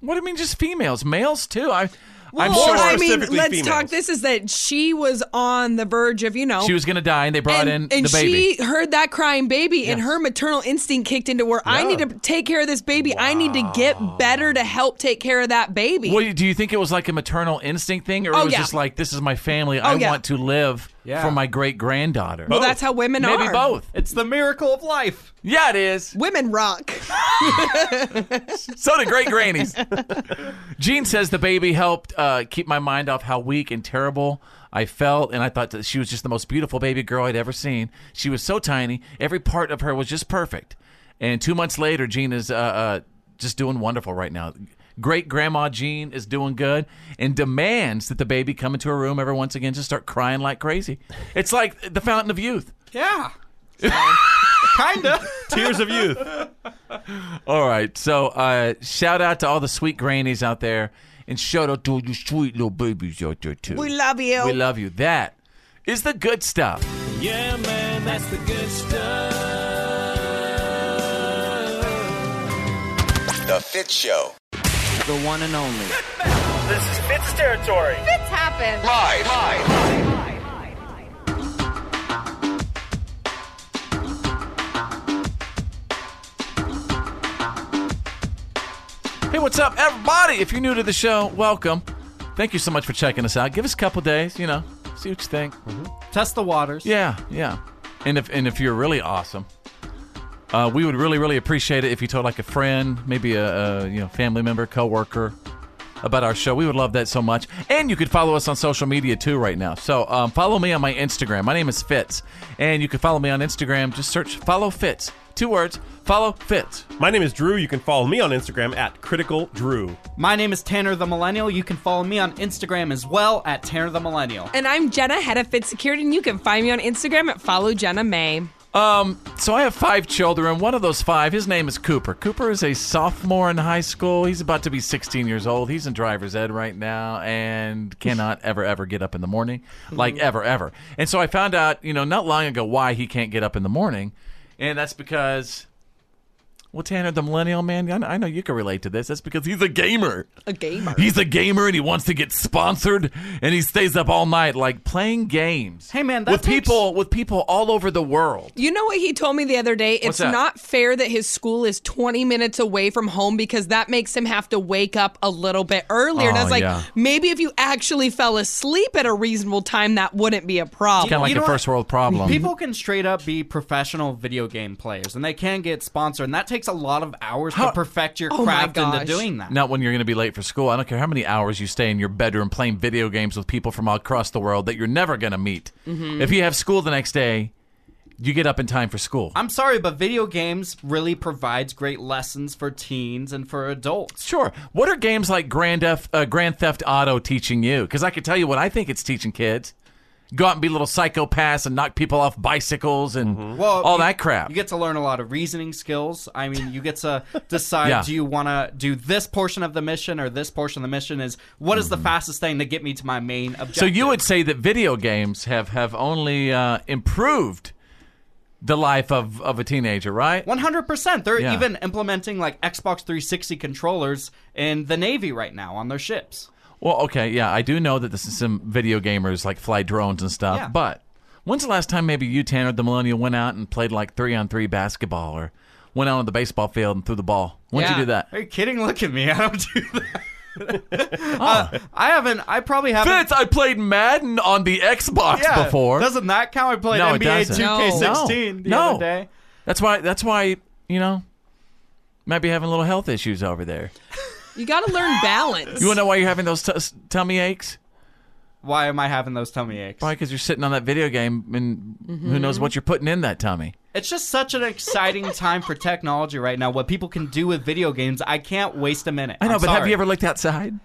I: What do you mean, just females? Males too. I,
K: Well,
I: I'm sure.
K: I mean, let's talk. This is that she was on the verge of, you know,
I: She was going to die, and they brought
K: and,
I: in
K: and
I: the baby.
K: she heard that crying baby, and her maternal instinct kicked into where I need to take care of this baby. I need to get better to help take care of that baby.
I: well, do you think it was like a maternal instinct thing, or
K: Oh,
I: it was
K: yeah.
I: just like this is my family?
K: Oh,
I: I
K: yeah.
I: want to live for my great granddaughter.
K: Well, that's how women
I: Maybe
K: are.
I: Maybe both.
C: It's the miracle of life.
I: Yeah, it is.
K: Women rock.
I: So did great grannies. Jean says the baby helped uh, keep my mind off how weak and terrible I felt, and I thought that she was just the most beautiful baby girl I'd ever seen. She was so tiny; every part of her was just perfect. And two months later, Jean is uh, uh, just doing wonderful right now. Great grandma Jean is doing good and demands that the baby come into her room every once again to start crying like crazy. It's like the fountain of youth.
C: Yeah. Kinda.
J: Tears of youth.
I: All right. So uh, shout out to all the sweet grannies out there, and shout out to all you sweet little babies out there too.
K: We love you.
I: We love you. That is the good stuff.
B: Yeah, man, that's the good stuff.
A: The Fit Show.
C: The one and only.
B: This is Fitz territory.
H: Fitz happens.
B: Live.
I: Hey, what's up, everybody? If you're new to the show, welcome. Thank you so much for checking us out. Give us a couple days, you know, see what you think.
C: Mm-hmm. Test the waters.
I: Yeah, yeah. And if and if you're really awesome, uh, we would really really appreciate it if you told like a friend, maybe a, a you know family member, coworker about our show. We would love that so much. And you could follow us on social media too right now. So um, follow me on my Instagram. My name is Fitz, and you can follow me on Instagram. Just search "Follow Fitz." Two words. Follow Fitz.
J: My name is Drew. You can follow me on Instagram at Critical Drew.
C: My name is Tanner the Millennial. You can follow me on Instagram as well at Tanner the Millennial.
K: And I'm Jenna, head of Fit Security, and you can find me on Instagram at follow Jenna May.
I: Um, so I have five children. One of those five, his name is Cooper. Cooper is a sophomore in high school. He's about to be 16 years old. He's in driver's ed right now and cannot ever, ever get up in the morning. Like, ever, ever. And so I found out, you know, not long ago why he can't get up in the morning. And that's because, well, Tanner, the millennial man, I know- I know you can relate to this. That's because he's a gamer.
K: A gamer.
I: He's a gamer and he wants to get sponsored and he stays up all night like playing games. Hey
C: man,
I: with people with people all over the world.
K: You know what he told me the other day?
I: What's
K: It's
I: that?
K: not fair that his school is 20 minutes away from home because that makes him have to wake up a little bit earlier. and I
I: Oh,
K: was like,
I: yeah.
K: maybe if you actually fell asleep at a reasonable time, that wouldn't be a problem.
I: It's kind of like a first world problem.
C: People can straight up be professional video game players, and they can get sponsored, and that takes a lot of hours to perfect your
K: Oh my
C: craft into
K: gosh.
C: doing that.
I: Not when you're going to be late for school. I don't care how many hours you stay in your bedroom playing video games with people from all across the world that you're never going to meet.
C: Mhm.
I: If you have school the next day, you get up in time for school.
C: I'm sorry, but video games really provides great lessons for teens and for adults.
I: Sure. What are games like Grand, Theft uh, Grand Theft Auto teaching you? Because I could tell you what I think it's teaching kids. Go out and be little psychopaths and knock people off bicycles and all that crap.
C: Mm-hmm. You get to learn a lot of reasoning skills. I mean, you get to decide
I: Yeah.
C: do you want to do this portion of the mission or this portion of the mission is what is the fastest thing to get me to my main objective.
I: Mm-hmm. So you would say that video games have have only uh, improved the life of, of a teenager, right?
C: One hundred percent. They're
I: Yeah.
C: even implementing like Xbox 360 controllers in the Navy right now on their ships.
I: Well, okay, yeah, I do know that this is some video gamers like fly drones and stuff.
C: Yeah.
I: But when's the last time maybe you, Tanner, the millennial, went out and played like three on three basketball or went out on the baseball field and threw the ball? When'd you do that?
C: Are you kidding? Look at me. I don't do that.
I: Oh.
C: Uh, I haven't. I probably haven't.
I: Fitz, I played Madden on the Xbox
C: Yeah.
I: before.
C: Doesn't that count? I played
I: no, it
C: NBA
I: doesn't.
C: 2K16 the
I: no.
C: other day.
I: That's why. That's why you know might be having little health issues over there.
K: You got to learn balance.
I: You want to know why you're having those t- s- tummy aches?
C: Why am I having those tummy aches?
I: Probably because you're sitting on that video game and who knows what you're putting in that tummy.
C: It's just such an exciting time for technology right now. What people can do with video games, I can't waste a minute.
I: I know,
C: I'm
I: but have
C: sorry.
I: you ever looked outside?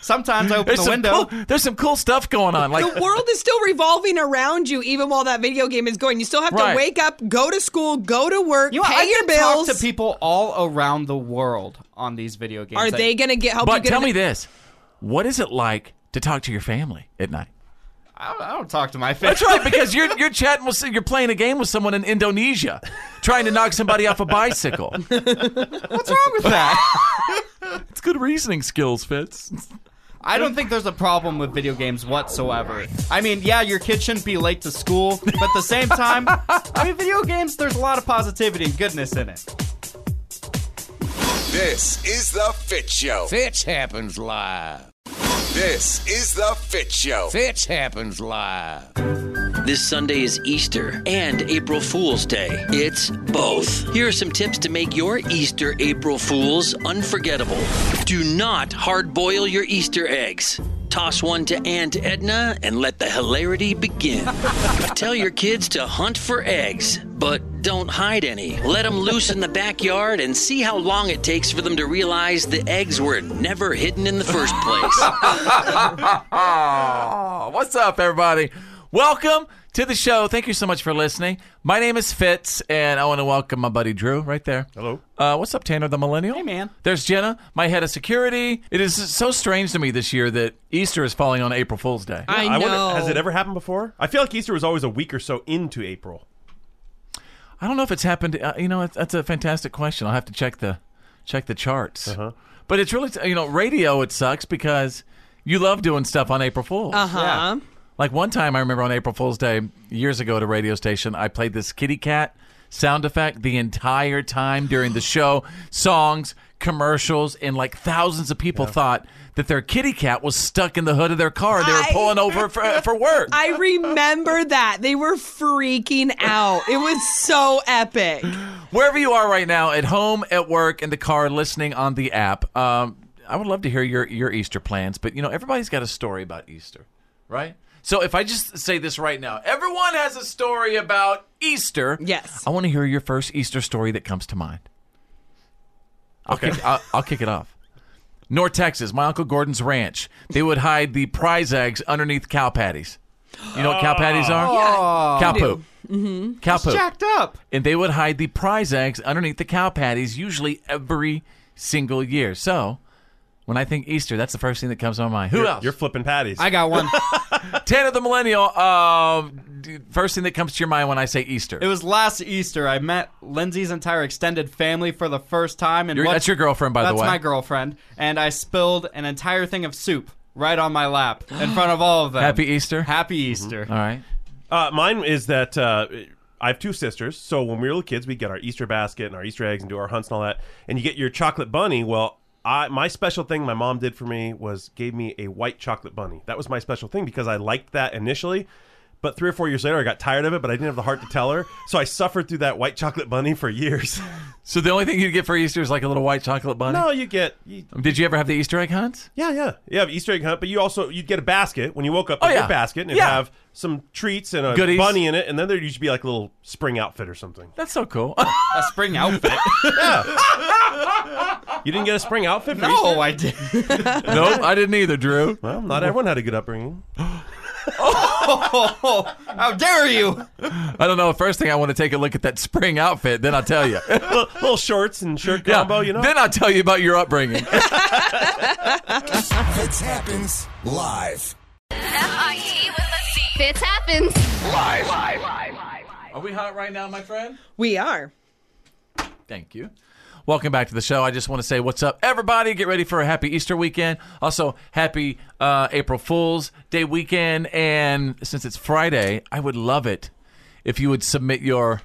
C: Sometimes I open
I: There's
C: the
I: some
C: window.
I: cool- there's some cool stuff going on. Like
K: the world is still revolving around you, even while that video game is going. You still have
I: Right.
K: to wake up, go to school, go to work,
C: You know,
K: pay
C: I can
K: your bills.
C: talk to people all around the world on these video games.
K: Are
C: Like,
K: they going to get help?
I: but
K: you get
I: tell
K: an-
I: me this: what is it like to talk to your family at night?
C: I don't, I don't talk to my family.
I: That's right, because you're you're chatting with you're playing a game with someone in Indonesia, trying to knock somebody off a bicycle.
C: What's wrong with that?
I: It's good reasoning skills, Fitz.
C: I don't think there's a problem with video games whatsoever. I mean, yeah, your kid shouldn't be late to school, but at the same time, I mean, video games, there's a lot of positivity and goodness in it.
A: This is The Fit Show.
F: Fitz happens live.
A: This is The Fit Show.
F: Fitch happens live.
E: This Sunday is Easter and April Fool's Day. It's both. Here are some tips to make your Easter April Fools unforgettable. Do not hard boil your Easter eggs. Toss one to Aunt Edna and let the hilarity begin. Tell your kids to hunt for eggs, but don't hide any. Let them loose in the backyard and see how long it takes for them to realize the eggs were never hidden in the first place.
I: Oh, what's up, everybody? Welcome to the show. Thank you so much for listening. My name is Fitz, and I want to welcome my buddy Drew right there. Hello. Uh, what's up, Tanner the Millennial? Hey, man. There's Jenna, my head of security. It is so strange to me this year that Easter is falling on April Fool's Day.
J: Wonder, has it ever happened before? I feel like Easter was always a week or so into April.
I: I don't know if it's happened. Uh, you know, that's- that's a fantastic question. I'll have to check the check the charts. Uh-huh. But it's really you know, radio. It sucks because you love doing stuff on April Fools.
K: Uh-huh. Yeah.
I: Like one time, I remember on April Fool's Day years ago at a radio station, I played this kitty cat sound effect the entire time during the show, songs, commercials, and like thousands of people thought that their kitty cat was stuck in the hood of their car. They were
K: I-
I: pulling over for, uh, for work.
K: I remember that. They were freaking out. It was so epic.
I: Wherever you are right now, at home, at work, in the car, listening on the app, um, I would love to hear your, your Easter plans. But, you know, everybody's got a story about Easter, right? So if I just say this right now, everyone has a story about Easter. Yes. I want to hear your first Easter story that comes to mind. I'll, kick, I'll, I'll kick it off. North Texas, my Uncle Gordon's ranch. They would hide the prize eggs underneath cow patties. You know what cow patties are? Cow poop.
K: Mm-hmm.
I: Cow poop.
C: Oh. jacked up.
I: And they would hide the prize eggs underneath the cow patties, usually every single year. So, when I think Easter, that's the first thing that comes to my mind. Who
J: You're-
I: else?
J: you're flipping patties. I
C: got one.
I: Tanner the Millennial. Um, d- first thing that comes to your mind when I say Easter.
C: It was last Easter. I met Lindsay's entire extended family for the first time. And
I: Your-
C: what-
I: that's your girlfriend, by the way.
C: That's my girlfriend. And I spilled an entire thing of soup right on my lap in front of all of them.
I: Happy Easter. Mm-hmm.
C: Happy Easter.
I: All right.
J: Uh, mine is that uh, I have two sisters, so when we were little kids, we'd get our Easter basket and our Easter eggs and do our hunts and all that. And you get your chocolate bunny. Well, I, my special thing my mom did for me was gave me a white chocolate bunny. That was my special thing because I liked that initially. But three or four years later, I got tired of it, but I didn't have the heart to tell her. So I suffered through that white chocolate bunny for years.
I: So the only thing you get for Easter is like a little white chocolate bunny?
J: No, you get. You,
I: Did you ever have the Easter egg hunt?
J: yeah, yeah. You have Easter egg hunt, but you also you'd get a basket when you woke up.
I: Oh,
J: you'd get
I: yeah.
J: a basket and it'd
I: Yeah.
J: have some treats and a
I: Goodies.
J: bunny in it, and then there'd usually be like a little spring outfit or something.
I: That's so cool.
C: a spring outfit.
J: You didn't get a spring outfit? For
C: No,
J: Easter?
C: I did.
I: nope, I didn't either, Drew.
J: Well, not everyone had a good upbringing.
C: Oh, how dare you?
I: I don't know. First thing, I want to take a look at that spring outfit. Then I'll tell you.
J: little, little shorts and shirt combo, you know.
I: Then I'll tell you about your upbringing.
A: Fits happens live.
H: F-I-T with a C. Fitz happens. Live. Live.
I: Are we hot right now, my friend?
K: We are.
I: Thank you. Welcome back to the show. I just want to say what's up, everybody. Get ready for a happy Easter weekend. Also, happy uh, April Fool's Day weekend. And since it's Friday, I would love it if you would submit your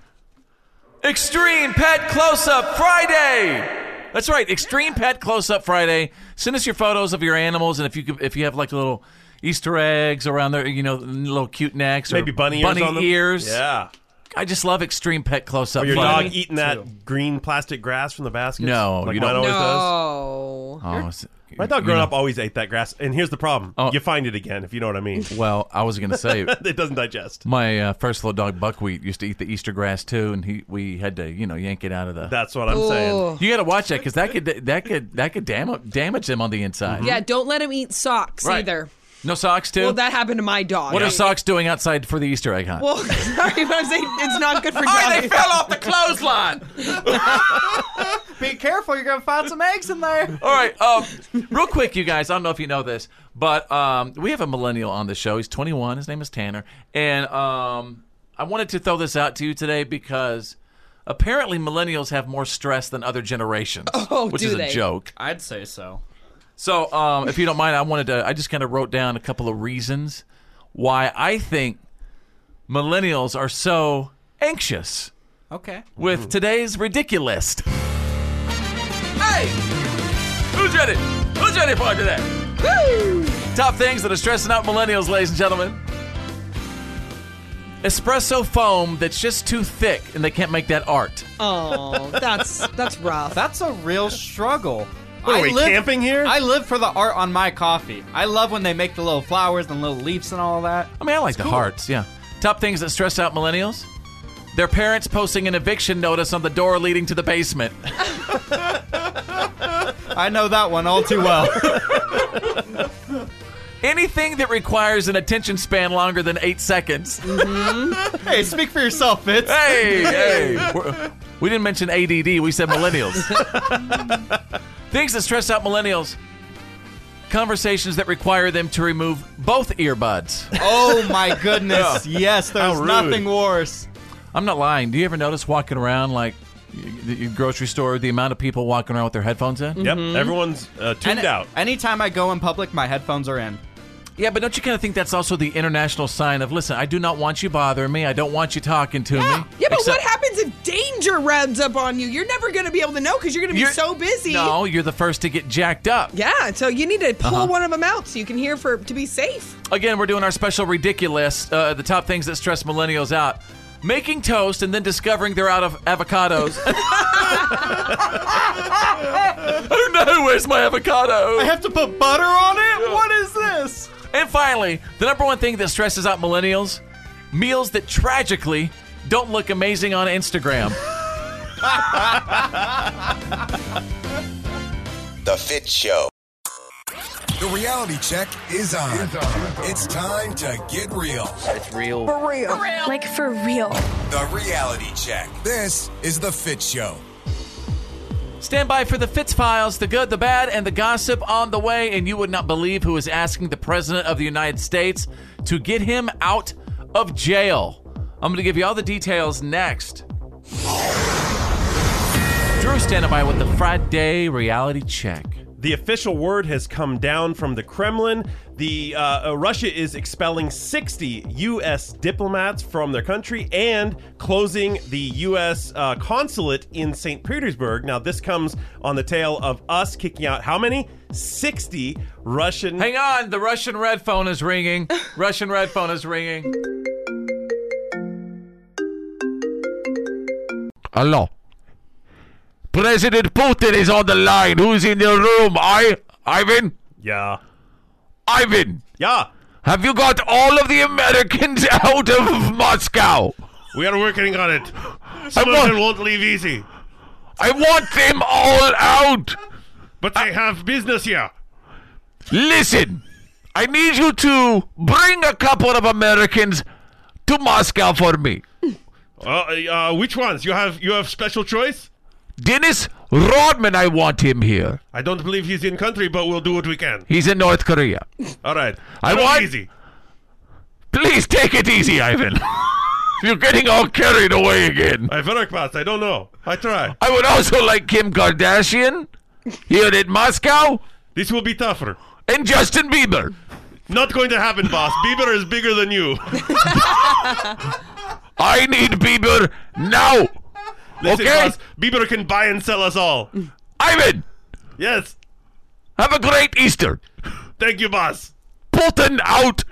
I: Extreme Pet Close Up Friday. That's right, Extreme Pet Close Up Friday. Send us your photos of your animals, and if you could, if you have like little Easter eggs around there, you know, little cute necks, or
J: Maybe bunny ears on them.
I: ears.
J: Yeah.
I: I just love Extreme Pet Close Up.
J: Or your
I: Friday.
J: dog eating that green plastic grass from the basket?
I: No,
J: like
I: you
J: mine
I: don't-
J: always
K: No.
I: Oh, it's- Oh.
J: does. My dog growing up always ate that grass, and here's the problem: you find it again if you know what I mean.
I: Well, I was gonna say
J: it doesn't digest.
I: my uh, first little dog Buckwheat used to eat the Easter grass too, and he we had to you know yank it out of the.
J: That's what I'm saying.
I: You got to watch that because that could that could that could dam- damage them on the inside.
K: Mm-hmm. Yeah, don't let him eat socks
I: Right.
K: either.
I: No socks too.
K: Well, that happened to my dog.
I: what are socks doing outside for the Easter egg hunt?
K: Well, sorry, but I'm saying it's not good for dogs.
I: Oh, they fell off the clothesline.
C: Be careful. You're going to find some eggs in there.
I: All right, um, real quick, you guys. I don't know if you know this, but um, we have a millennial on the show. He's 21. His name is Tanner, and um, I wanted to throw this out to you today because apparently millennials have more stress than other generations,
C: Oh,
I: which
C: do
I: is a
C: they?
I: joke.
C: I'd say so.
I: So, um, if you don't mind, I wanted to. I just kind of wrote down a couple of reasons why I think millennials are so anxious
C: Okay.
I: with today's ridiculous. Hey, who's ready? Who's ready for it today? Woo! Top things that are stressing out millennials, ladies and gentlemen. Espresso foam that's just too thick and they can't make that art.
K: Oh, that's that's rough.
C: That's a real struggle.
I: What, are we
C: camping here? I live for the art on my coffee. I love when they make the little flowers and little leaves and all that.
I: I mean, I like the hearts, yeah. Top things that stress out millennials their parents posting an eviction notice on the door leading to the basement.
C: I know that one all too well.
I: Anything that requires an attention span longer than eight seconds.
C: Mm-hmm. Hey, speak for yourself, Fitz.
I: Hey, hey. We're- we didn't mention ADD, we said millennials. Things that stress out millennials. Conversations that require them to remove both earbuds.
C: Oh my goodness. Yes, there's nothing worse.
I: I'm not lying. Do you ever notice walking around like y- the grocery store, the amount of people walking around with their headphones in?
C: Yep, Mhm.
J: everyone's uh,
C: Any- Anytime I go in public, my headphones are in.
I: Yeah, but don't you kind of think that's also the international sign of listen, I do not want you bothering me. I don't want you talking to me.
K: Yeah, but what
I: Except-
K: happens if danger runs up on you? You're never going to be able to know because you're going to be
I: You're-
K: so busy.
I: No, you're the first to get jacked up.
K: Yeah, so you need to pull
I: Uh-huh.
K: one of them out so you can hear for to be safe.
I: Again, we're doing our special ridiculous, uh, the top things that stress millennials out. Making toast and then discovering they're out of avocados. I don't know where's my avocado. I
C: have to put butter on it? What is this?
I: And finally, the number one thing that stresses out millennials meals that tragically don't look amazing on Instagram.
A: The Fit Show. The reality check is on. It's, time to get real. It's real.
N: For real. Like for real.
A: The reality check. This is The Fit Show.
I: Stand by for the Fitz files, the good, the bad, and the gossip on the way. And you would not believe who is asking the President of the United States to get him out of jail. I'm going to give you all the details next. Drew, standing by with the Friday reality check.
J: The official word has come down from the Kremlin. The uh, uh, Russia is expelling 60 U.S. diplomats from their country and closing the U.S. Uh, consulate in St. Petersburg. Now, this comes on the tail of us kicking out how many? 60 Russian.
I: Hang on, the Russian red phone is ringing. Russian red phone is ringing.
S: Hello. President Putin is on the line. Who's in the room? I Ivan?
J: Yeah.
S: Ivan.
J: Yeah.
S: Have you got all of the Americans out of Moscow?
T: We are working on it.
S: I
T: Some of them
S: want,
T: won't leave easy.
S: I want them all out.
T: But they have business here.
S: Listen, I need you to bring a couple of Americans to Moscow for me.
T: Uh, uh, which ones? You have you have special choice?
S: Dennis Rodman, I want him here.
T: I don't believe he's in country, but we'll do what we can.
S: He's in North Korea.
T: All right.
S: I
T: Take it
S: want-
T: easy.
S: Please take it easy, Ivan. You're getting all carried away again.
T: I work fast. I don't know. I try.
S: I would also like Kim Kardashian here in Moscow.
T: This will be tougher.
S: And Justin Bieber.
T: Not going to happen, boss. Bieber is bigger than you.
S: I need Bieber now.
T: Listen,
S: Okay.
T: boss, Bieber can buy and sell us all.
S: Ivan.
T: Yes.
S: Have a great Easter.
T: Thank you, boss.
S: Bolton out.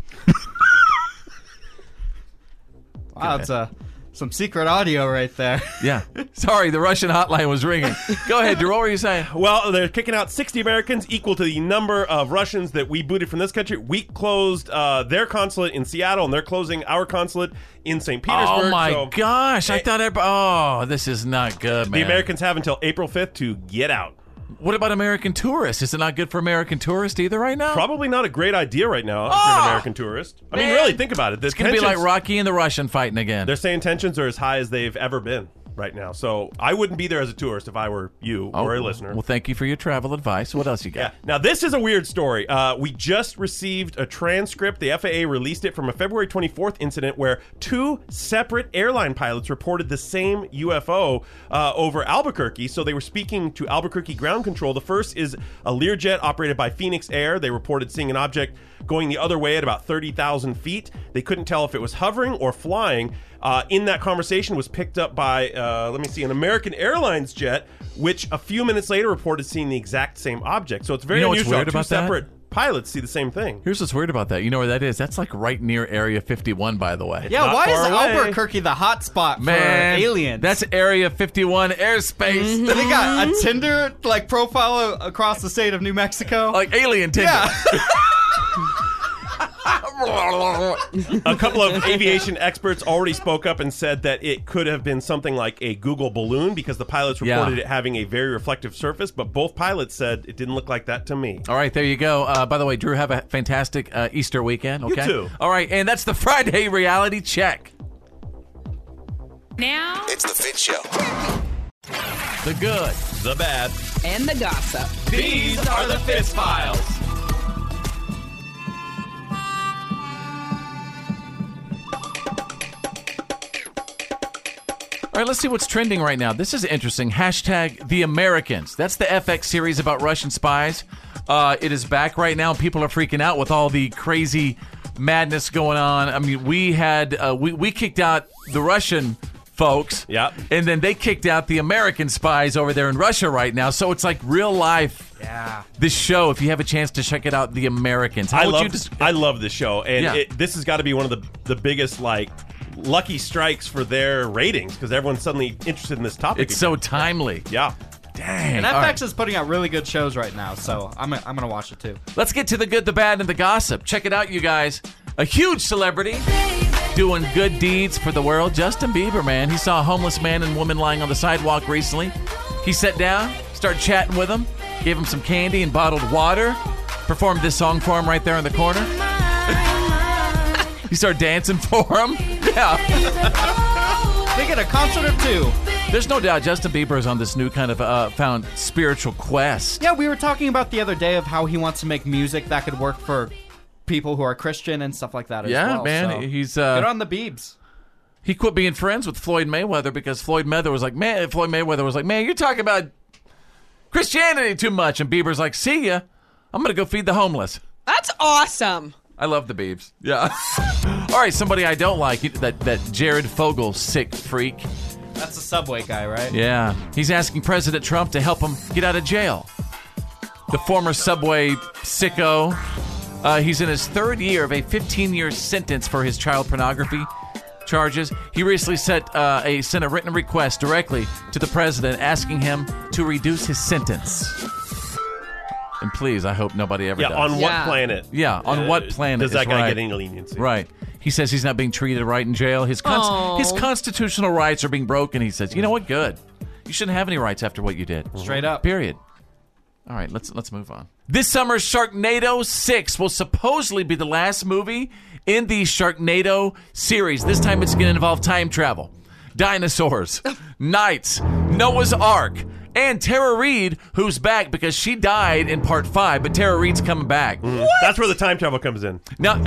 C: Wow, it's uh, some secret audio right there.
I: Yeah. Sorry, the Russian hotline was ringing. Go ahead, Drew. What were you saying?
J: Well, they're kicking out 60 Americans, equal to the number of Russians that we booted from this country. We closed uh, their consulate in Seattle, and they're closing our consulate in St. Petersburg.
I: Oh my
J: So
I: gosh! I thought. Every- oh, this is not good, man.
J: the Americans have until April 5th to get out.
I: What about American tourists? Is it not good for American tourists either right now?
J: Probably not a great idea right now if you're an American tourist. I mean,
I: Ah, man.
J: really, think about it. The
I: It's gonna be like
J: tensions-
I: Rocky and the Russian fighting again.
J: They're saying tensions are as high as they've ever been right now. So I wouldn't be there as a tourist if I were you or a
I: well-
J: listener.
I: Oh, Well, thank you for your travel advice. What else you got?
J: Now, this is a weird story. Uh, we just received a transcript. The FAA released it from a February 24th incident where two separate airline pilots reported the same UFO uh, over Albuquerque. So they were speaking to Albuquerque ground control. The first is a Learjet operated by Phoenix Air. They reported seeing an object going the other way at about 30,000 feet. They couldn't tell if it was hovering or flying. Uh, in that conversation was picked up by, uh, let me see, an American Airlines jet, which a few minutes later reported seeing the exact same object. So it's very
I: You know what's
J: unusual.
I: weird
J: Two
I: about that?
J: separate pilots see the same thing.
I: Here's what's weird about that. You know where that is? That's like right near Area 51, by the way.
C: Yeah, why is Albuquerque the hot spot for
I: Man,
C: aliens? Mm-hmm.
I: That's Area 51 airspace.
C: They got a Tinder like profile a- across the state of New Mexico,
I: like alien Tinder.
J: a couple of aviation experts already spoke up and said that it could have been something like a Google balloon because the pilots
I: Yeah.
J: reported it having a very reflective surface, but both pilots said it didn't look like that to me.
I: All right, there you go. Uh, by the way, Drew, have a fantastic uh, Easter weekend.
J: You
I: Okay.
J: too.
I: All right, and that's the Friday reality check.
H: Now
A: it's the Fit Show.
I: The good,
J: the bad,
U: and the gossip.
I: These are the Fitz Files. All right, let's see what's trending right now. This is interesting. Hashtag The Americans. That's the FX series about Russian spies. Uh, it is back right now. People are freaking out with all the crazy madness going on. I mean, we had uh, we we kicked out the Russian folks. Yep. And then they kicked out the American spies over there in Russia right now. So it's like real life.
C: Yeah.
I: This show, if you have a chance to check it out, The Americans. How
J: I
I: would
J: love
I: you des-
J: I love this show, and
I: Yeah.
J: it, this has got to be one of the the biggest like lucky strikes for their ratings because everyone's suddenly interested in this topic.
I: It's so timely.
J: Yeah.
I: Dang.
C: and
I: all
C: FX
I: right.
C: is putting out really good shows right now, so I'm I'm gonna watch it too.
I: Let's get to the good, the bad, and the gossip. Check it out, you guys. A huge celebrity doing good deeds for the world. Justin Bieber, man. He saw a homeless man and woman lying on the sidewalk recently. He sat down, started chatting with him, gave him some candy and bottled water, performed this song for him right there in the corner. he started dancing for him. Yeah.
C: they get a concert or two.
I: There's no doubt Justin Bieber is on this new kind of uh, found spiritual quest.
C: Yeah, we were talking about the other day of how he wants to make music that could work for people who are Christian and stuff like that. as
I: Yeah,
C: well,
I: man,
C: so.
I: he's, uh,
C: good on the Biebs.
I: he quit being friends with Floyd Mayweather because Floyd Mayweather was like, man, Floyd Mayweather was like, man, you're talking about Christianity too much, and Bieber's like, see ya, I'm gonna go feed the homeless.
K: That's awesome.
I: I love the Biebs. Yeah. All right, somebody I don't like that that Jared Fogle sick freak.
C: That's a Subway guy, right?
I: Yeah, he's asking President Trump to help him get out of jail. The former Subway sicko. Uh, he's in his third year of a 15 year sentence for his child pornography charges. He recently sent, uh, a, sent a written request directly to the president asking him to reduce his sentence. And please, I hope nobody ever
J: Yeah,
I: does.
J: on what Yeah. planet?
I: Yeah, on
J: Uh,
I: what planet?
J: does that
I: is
J: guy
I: right.
J: get any leniency?
I: Right. He says he's not being treated right in jail. His
C: Aw.
I: cons- his constitutional rights are being broken. He says, you know what? Good. You shouldn't have any rights after what you did. Mm-hmm.
C: Straight up.
I: Period. All right. Let's let's move on. This summer's Sharknado 6 will supposedly be the last movie in the Sharknado series. This time it's going to involve time travel, dinosaurs, knights, Noah's Ark, and Tara Reid, who's back because she died in part five, but Tara Reid's coming back.
J: Mm. That's where the time travel comes in.
I: Now,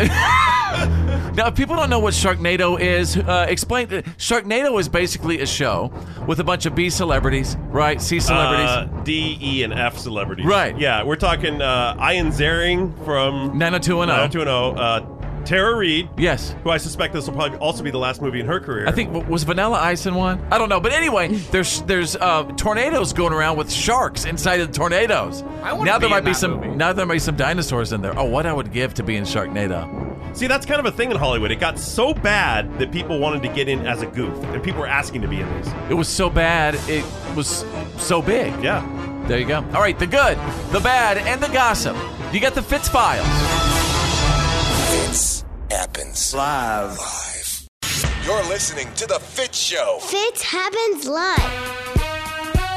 I: now, if people don't know what Sharknado is, uh, explain. Sharknado is basically a show with a bunch of B celebrities, right? C celebrities.
J: Uh, D, E, and F celebrities.
I: Right.
J: Yeah, we're talking uh, Ian Zaring from
I: 90210.
J: 90210. Uh, Tara Reid.
I: oh. Yes.
J: Who I suspect this will probably also be the last movie in her career.
I: I think w- was Vanilla Ice in one. I don't know, but anyway, there's there's uh, tornadoes going around with sharks inside of the tornadoes.
J: wanna
I: now
J: be
I: there might
J: in
I: be
J: that
I: some now there might be some dinosaurs in there. Oh, what I would give to be in Sharknado.
J: See, that's kind of a thing in Hollywood. It got so bad that people wanted to get in as a goof, and people were asking to be in these.
I: It was so bad. It was so Oh, big.
J: Yeah.
I: There you go. All right, the good, the bad, and the gossip. You got the Fitz files.
A: Fits happens live. live. You're listening to the Fit Show.
D: Fits happens live.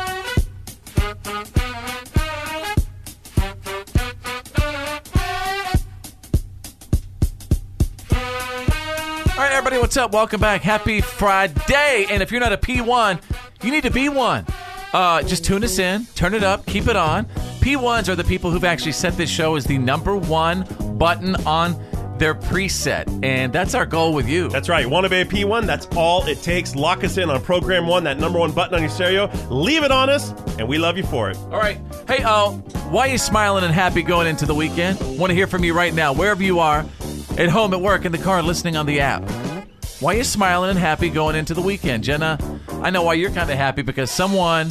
I: All right, everybody, what's up? Welcome back. Happy Friday. And if you're not a P1, you need to be one. Uh, just tune us in, turn it up, keep it on. P1s are the people who've actually set this show as the number one button on their preset. And that's our goal with you.
J: That's right. Want to be a P1? That's all it takes. Lock us in on program one, that number one button on your stereo. Leave it on us, and we love you for it.
I: All right. Hey, uh, why are you smiling and happy going into the weekend? Want to hear from you right now, wherever you are, at home, at work, in the car, listening on the app. Why are you smiling and happy going into the weekend, Jenna? I know why you're kind of happy because someone,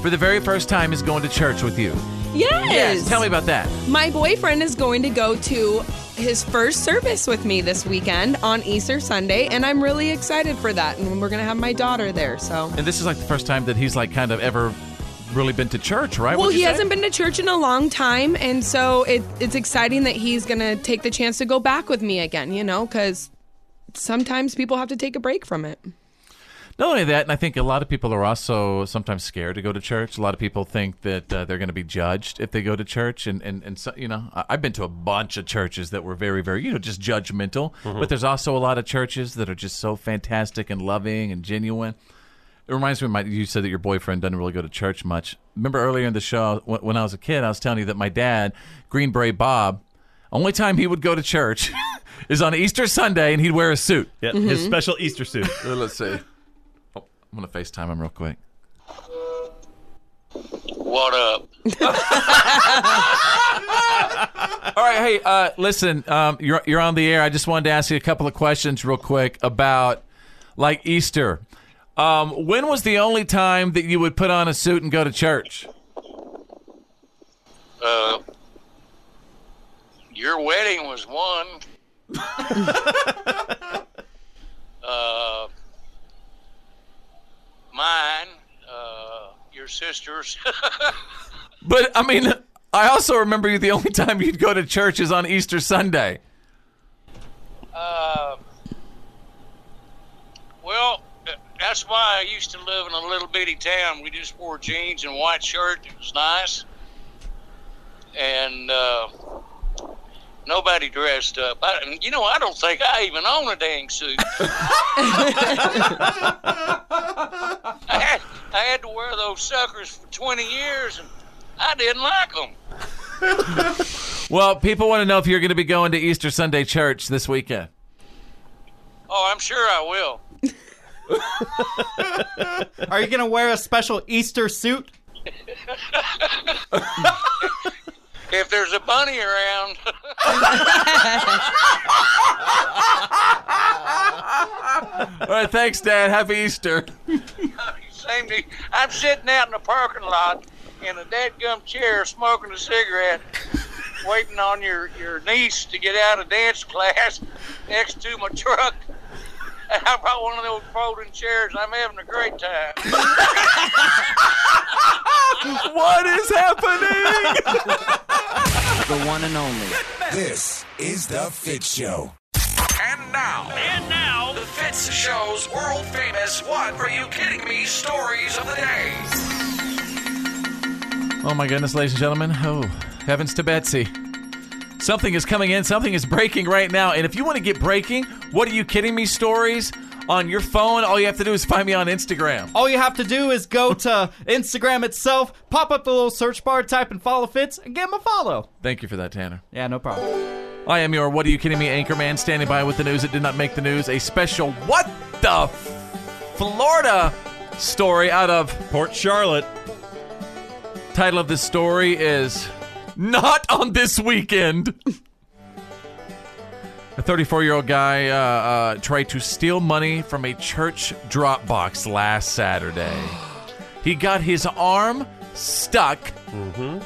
I: for the very first time, is going to church with you.
K: Yes.
I: Yes. Tell me about that.
K: My boyfriend is going to go to his first service with me this weekend on Easter Sunday, and I'm really excited for that. And we're going to have my daughter there. So,
I: And this is like the first time that he's like kind of ever really been to church, right?
K: well,
I: Would you
K: he
I: say?
K: hasn't been to church in a long time, and so it, it's exciting that he's going to take the chance to go back with me again. You know, because sometimes people have to take a break from it.
I: Not only that, and I think a lot of people are also sometimes scared to go to church. A lot of people think that uh, they're going to be judged if they go to church, and and and so, you know, I- I've been to a bunch of churches that were very, very, you know, just judgmental.
S: Mhm.
I: But there's also a lot of churches that are just so fantastic and loving and genuine. It reminds me, of my you said that your boyfriend doesn't really go to church much. Remember earlier in the show when, when I was a kid, I was telling you that my dad, Green Beret Bob, only time he would go to church is on Easter Sunday, and he'd wear a suit.
J: Yeah,
I: Uh,
J: his Mhm. special Easter suit.
I: Let's see. Oh, I'm gonna FaceTime him real quick.
F: What up?
I: All right, hey, uh, listen, um, you're you're on the air. I just wanted to ask you a couple of questions real quick about like Easter. Um, when was the only time that you would put on a suit and go to church?
F: Uh, your wedding was one. uh, mine, uh, your sister's.
I: But I mean, I also remember you. The only time you'd go to church is on Easter Sunday.
F: Uh, well, th- that's why I used to live in a little bitty town. We just wore jeans and white shirt. It was nice, and uh, nobody dressed up. I, you know, I don't think I even own a dang suit. I, had, I had to wear those suckers for 20 years, and I didn't like them.
I: Well, people want to know if you're going to be going to Easter Sunday church this weekend.
F: Oh, I'm sure I will.
C: Are you gonna wear a special Easter suit?
F: If there's a bunny around.
I: All right, thanks, Dad. Happy Easter.
F: Same to I'm sitting out in the parking lot in a dadgum chair smoking a cigarette, waiting on your, your niece to get out of dance class next to my truck. And I brought one of those folding chairs. and I'm having a great time.
I: what is happening?
A: The one and only. This is The Fit Show.
P: And now, and now, the Fitz Show's world famous "What Are You Kidding Me?" stories of the day.
I: Oh my goodness, ladies and gentlemen. Oh, heavens to Betsy. Something is coming in, something is breaking right now. And if you want to get breaking, what are you kidding me stories on your phone, all you have to do is find me on Instagram.
C: All you have to do is go to Instagram itself, pop up the little search bar, type in follow fits, and give him a follow.
I: Thank you for that, Tanner.
C: Yeah, no problem.
I: I am your What Are You Kidding Me anchorman, standing by with the news that did not make the news. A special What the Florida story out of
J: Port Charlotte.
I: Title of this story is Not on This Weekend. A 34 year old guy uh, uh, tried to steal money from a church drop box last Saturday. He got his arm stuck
J: Mm-hmm.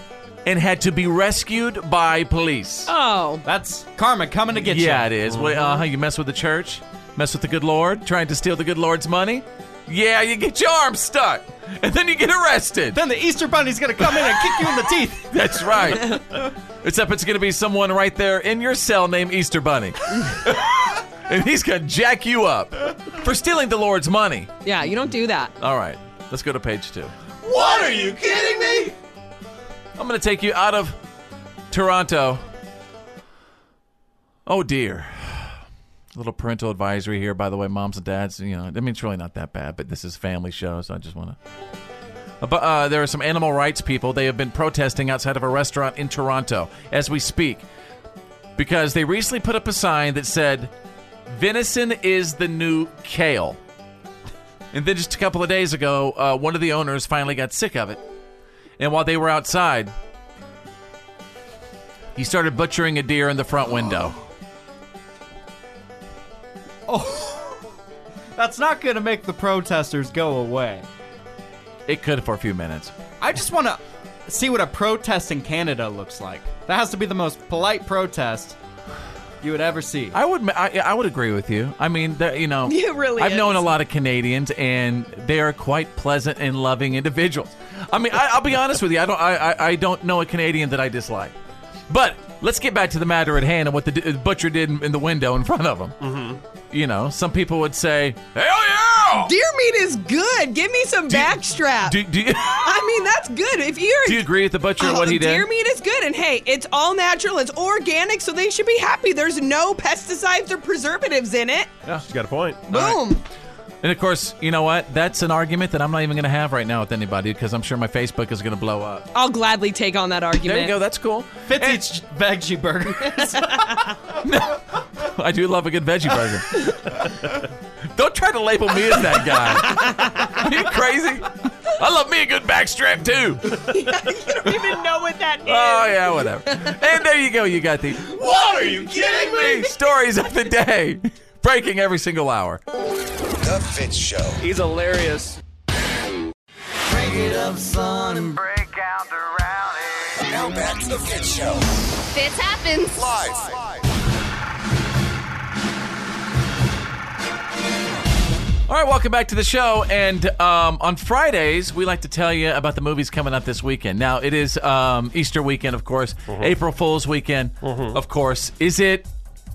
I: and had to be rescued by police.
K: Oh.
C: That's karma coming to get you.
I: Yeah, it is. Well, uh, you mess with the church, mess with the good Lord, trying to steal the good Lord's money. Yeah, you get your arm stuck, and then you get arrested.
C: Then the Easter Bunny's gonna come in and kick you in the teeth.
I: That's right. Except it's going to be someone right there in your cell named Easter Bunny, and he's going to jack you up for stealing the Lord's money.
K: Yeah, you don't do that.
I: All right, let's go to page two.
K: What are you kidding me?
I: I'm going to take you out of Toronto. Oh dear. A little parental advisory here, by the way, moms and dads. You know, I mean, it's really not that bad, but this is family show, so I just want to. Uh, but, uh, there are some animal rights people. They have been protesting outside of a restaurant in Toronto as we speak because they recently put up a sign that said, "Venison is the new kale." And then just a couple of days ago, uh, one of the owners finally got sick of it, and while they were outside, he started butchering a deer in the front window.
C: Oh. That's not gonna make the protesters go away.
I: It could for a few minutes.
C: I just wanna see what a protest in Canada looks like. That has to be the most polite protest you would ever see.
I: I would I, I would agree with you. I mean, there- you know,
C: It really
I: I've
C: is.
I: known a lot of Canadians, and they are quite pleasant and loving individuals. I mean, I, I'll be honest with you. I don't I, I, I don't know a Canadian that I dislike. But let's get back to the matter at hand and what the d- butcher did in, in the window in front of him. Mm-hmm. You know, some people would say, "Hey,
U: Deer meat is good. Give me some backstrap.
I: do, do you
U: I mean, that's good. If you're
I: do you agree with the butcher and
K: Oh,
I: what he did?"
U: Deer meat is good, and hey, it's all natural, it's organic, so they should be happy. There's no pesticides or preservatives in it.
I: Yeah,
J: she's got a point.
U: Boom.
I: And of course, you know what? That's an argument that I'm not even going to have right now with anybody because I'm sure my Facebook is going to blow up.
U: I'll gladly take on that argument.
I: There you go. That's cool.
C: Fits each veggie burger.
I: I do love a good veggie burger. Don't try to label me as that guy. Are you crazy? I love me a good backstrap too.
U: I don't even know what that is.
I: Oh yeah, whatever. And there you go. You got the
U: What are you kidding me?
I: stories of the day, breaking every single hour.
A: The Fitz Show.
I: He's hilarious.
O: Break it up, son, and break out the rowdy.
A: Now back to the Fitz Show.
H: Fits happens. Live.
I: All right, welcome back to the show. And um, on Fridays, we like to tell you about the movies coming up this weekend. Now, it is um, Easter weekend, of course,
J: Mm-hmm.
I: April Fool's weekend, of course. Is it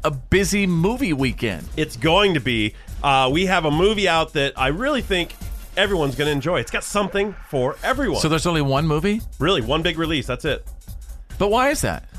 I: a busy movie weekend?
J: It's going to be. Uh, we have a movie out that I really think everyone's going to enjoy. It's got something for everyone.
I: So there's only one movie?
J: Really, one big release. That's it.
I: But why is that?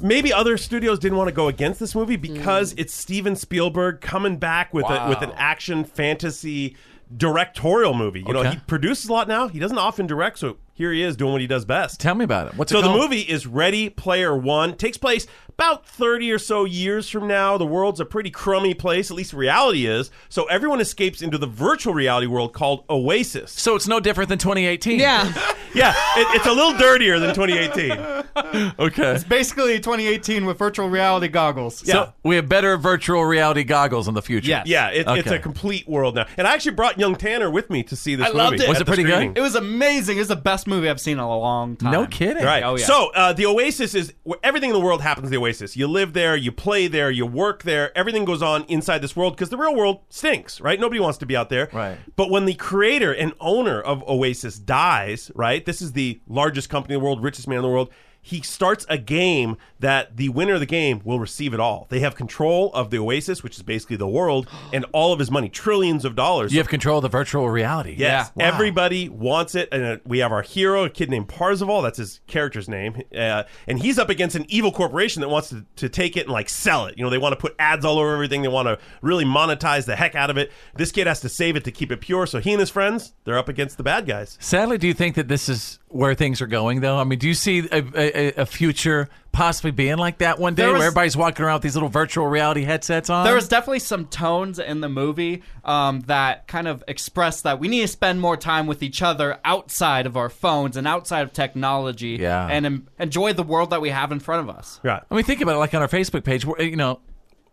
J: Maybe other studios didn't want to go against this movie because it's Steven Spielberg coming back with a,
I: Wow.
J: with an action fantasy directorial movie. You know,
I: Okay.
J: he produces a lot now. He doesn't often direct, so here he is doing what he does best.
I: Tell me about it. What's
J: so
I: it
J: the
I: called?
J: movie is Ready Player One. Takes place about 30 or so years from now. The world's a pretty crummy place, at least reality is. So everyone escapes into the virtual reality world called Oasis.
I: So it's no different than 2018.
U: Yeah.
J: yeah, it- it's a little dirtier than 2018.
I: Okay.
C: It's basically 2018 with virtual reality goggles.
I: So we have better virtual reality goggles in the future.
J: Yeah, it, it's
I: Okay.
J: a complete world now. And I actually brought young Tanner with me to see this movie.
I: Was
J: at
I: it
J: the
I: pretty
J: screening.
I: good?
C: It was amazing. It was the best movie I've seen in a long time.
I: No kidding.
J: Right.
C: Oh, yeah.
J: So uh, the Oasis is where everything in the world happens. at The Oasis. You live there, you play there, you work there. Everything goes on inside this world because the real world stinks, right? Nobody wants to be out there. Right. But when the creator and owner of Oasis dies, right? This is the largest company in the world, richest man in the world. He starts a game that the winner of the game will receive it all. They have control of the Oasis, which is basically the world, and all of his money, trillions of dollars.
I: You have control of the virtual reality.
J: Yes.
I: Wow.
J: Everybody wants it. And uh, we have our hero, a kid named Parzival. That's his character's name. Uh, and he's up against an evil corporation that wants to, to take it and like sell it. You know, they want to put ads all over everything. They want to really monetize the heck out of it. This kid has to save it to keep it pure. So he and his friends, they're up against the bad guys.
I: Sadly, do you think that this is where things are going, though? I mean, do you see a, a, a future possibly being like that one day
C: There was-
I: where everybody's walking around with these little virtual reality headsets on?
C: There was definitely some tones in the movie um, that kind of expressed that we need to spend more time with each other outside of our phones and outside of technology
I: Yeah.
C: and em- enjoy the world that we have in front of us.
J: Right.
I: I mean, think about it like on our Facebook page, we're, you know,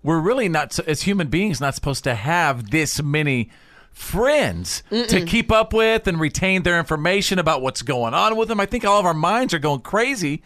I: we're really not, so- as human beings, not supposed to have this many friends to keep up with and retain their information about what's going on with them. I think all of our minds are going crazy